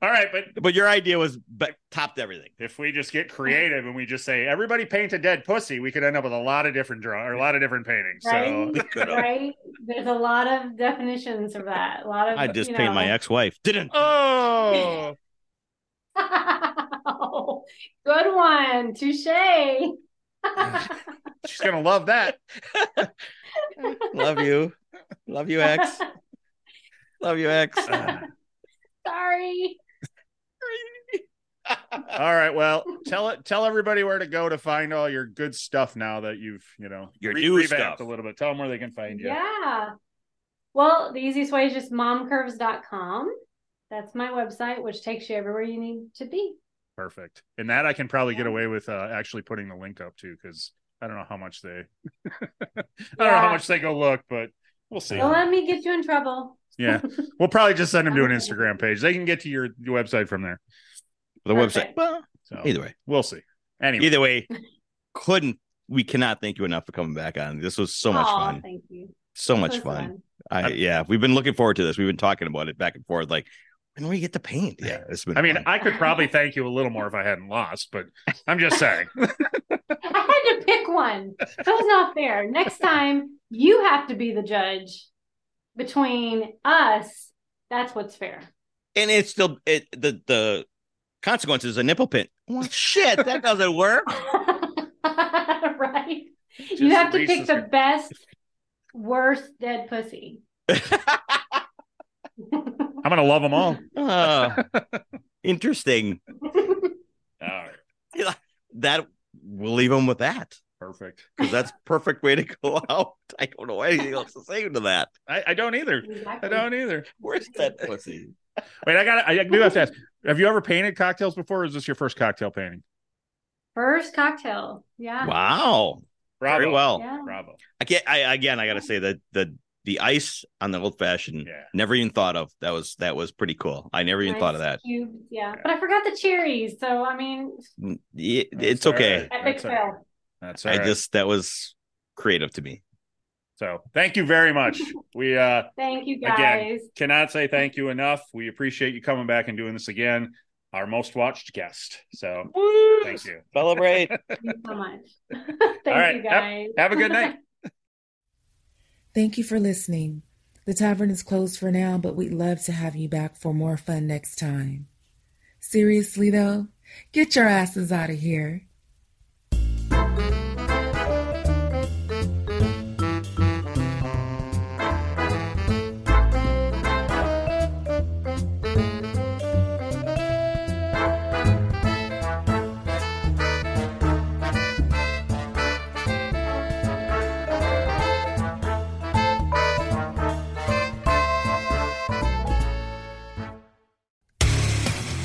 Speaker 1: All right, but
Speaker 3: But your idea was be- topped everything.
Speaker 1: if we just get creative and we just say everybody paint a dead pussy, we could end up with a lot of different draw or a lot of different paintings. So
Speaker 2: Right? right? There's a lot of definitions of that. A lot of
Speaker 3: I just
Speaker 2: you
Speaker 3: paint my
Speaker 2: know.
Speaker 3: ex-wife. Didn't.
Speaker 1: oh,
Speaker 2: Good one, touche.
Speaker 1: she's gonna love that.
Speaker 3: Love you. Love you, ex. Love you, ex.
Speaker 1: Uh,
Speaker 2: Sorry.
Speaker 1: All right, well, tell it tell everybody where to go to find all your good stuff now that you've you know
Speaker 3: Your new
Speaker 1: revamped
Speaker 3: stuff.
Speaker 1: a little bit. Tell them where they can find you.
Speaker 2: Yeah. Well, the easiest way is just momcurves.com. That's my website, which takes you everywhere you need to be.
Speaker 1: Perfect. And that I can probably get away with uh, actually putting the link up too, because I don't know how much they I don't know how
Speaker 2: Yeah.
Speaker 1: much they go look, but we'll see.
Speaker 2: Don't let me get you in trouble.
Speaker 1: yeah. We'll probably just send them to an Instagram page. They can get to your your website from there.
Speaker 3: The website.
Speaker 2: Perfect.
Speaker 3: Well,
Speaker 1: So
Speaker 3: either way.
Speaker 1: we'll see. Anyway,
Speaker 3: Either way, couldn't we cannot thank you enough for coming back on. This was so much
Speaker 2: Aw,
Speaker 3: fun.
Speaker 2: Thank you.
Speaker 3: So
Speaker 2: This
Speaker 3: much
Speaker 2: was
Speaker 3: fun. I yeah, we've been looking forward to this. We've been talking about it back and forth. Like, when do we get to paint? Yeah, it's been
Speaker 1: I mean,
Speaker 3: fun.
Speaker 1: I could probably thank you a little more if I hadn't lost, but I'm just saying.
Speaker 2: I had to pick one. That was not fair. Next time, you have to be the judge between us. That's what's fair.
Speaker 3: and it's still it the the consequences is a nipple pin. Well, shit, that doesn't work.
Speaker 2: right?
Speaker 1: Just
Speaker 2: you have to
Speaker 1: Reese
Speaker 2: pick
Speaker 1: is
Speaker 2: the
Speaker 1: gonna-
Speaker 2: best, worst dead pussy.
Speaker 1: I'm gonna love them all.
Speaker 3: Uh, interesting.
Speaker 1: All right.
Speaker 3: That we'll leave him with that
Speaker 1: Perfect.
Speaker 3: because that's perfect way to go out. I don't know anything else to say to that.
Speaker 1: I, I don't either. I
Speaker 2: Exactly.
Speaker 1: don't either.
Speaker 3: Where's that pussy?
Speaker 1: Wait, I got. I do have to ask. Have you ever painted cocktails before? Or is this your first cocktail painting?
Speaker 2: First cocktail. Yeah.
Speaker 3: Wow, very well.
Speaker 2: Yeah.
Speaker 1: Bravo.
Speaker 3: I can't. I again, I gotta say that the the ice on the old fashioned.
Speaker 1: Yeah.
Speaker 3: Never even thought of that was that was pretty cool. I never even
Speaker 2: Nice
Speaker 3: thought of that.
Speaker 2: Cubes, yeah. But I forgot the cherries. So, I mean,
Speaker 3: Mm, y-
Speaker 1: That's
Speaker 3: It's
Speaker 1: all
Speaker 3: okay.
Speaker 1: right.
Speaker 2: epic
Speaker 1: That's all right.
Speaker 2: fail.
Speaker 1: That's all
Speaker 3: I
Speaker 1: right.
Speaker 3: just that was creative to me.
Speaker 1: so thank you very much. We uh
Speaker 2: Thank you guys.
Speaker 1: Again. cannot say thank you enough. We appreciate you coming back and doing this again. Our most watched guest. So thank you.
Speaker 3: Celebrate.
Speaker 2: Thank you so much. Thank
Speaker 1: right.
Speaker 2: you
Speaker 1: Yep.
Speaker 2: guys.
Speaker 1: Have a good night.
Speaker 4: Thank you for listening. The tavern is closed for now, but we'd love to have you back for more fun next time. Seriously, though, get your asses out of here.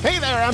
Speaker 6: Hey there, I'm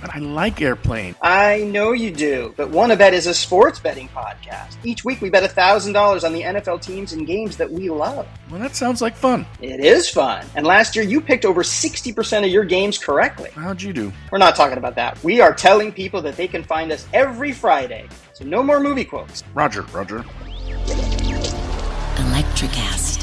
Speaker 7: But I like airplane.
Speaker 8: I know you do, but Wanna Bet is a sports betting podcast. Each week we bet $1,000 on the NFL teams and games that we love.
Speaker 7: Well, that sounds like fun.
Speaker 8: It is fun. And last year you picked over 60% of your games correctly.
Speaker 7: How'd you do?
Speaker 8: We're not talking about that. We are telling people that they can find us every Friday. So no more movie quotes.
Speaker 7: Roger, Roger.
Speaker 9: Electric acid.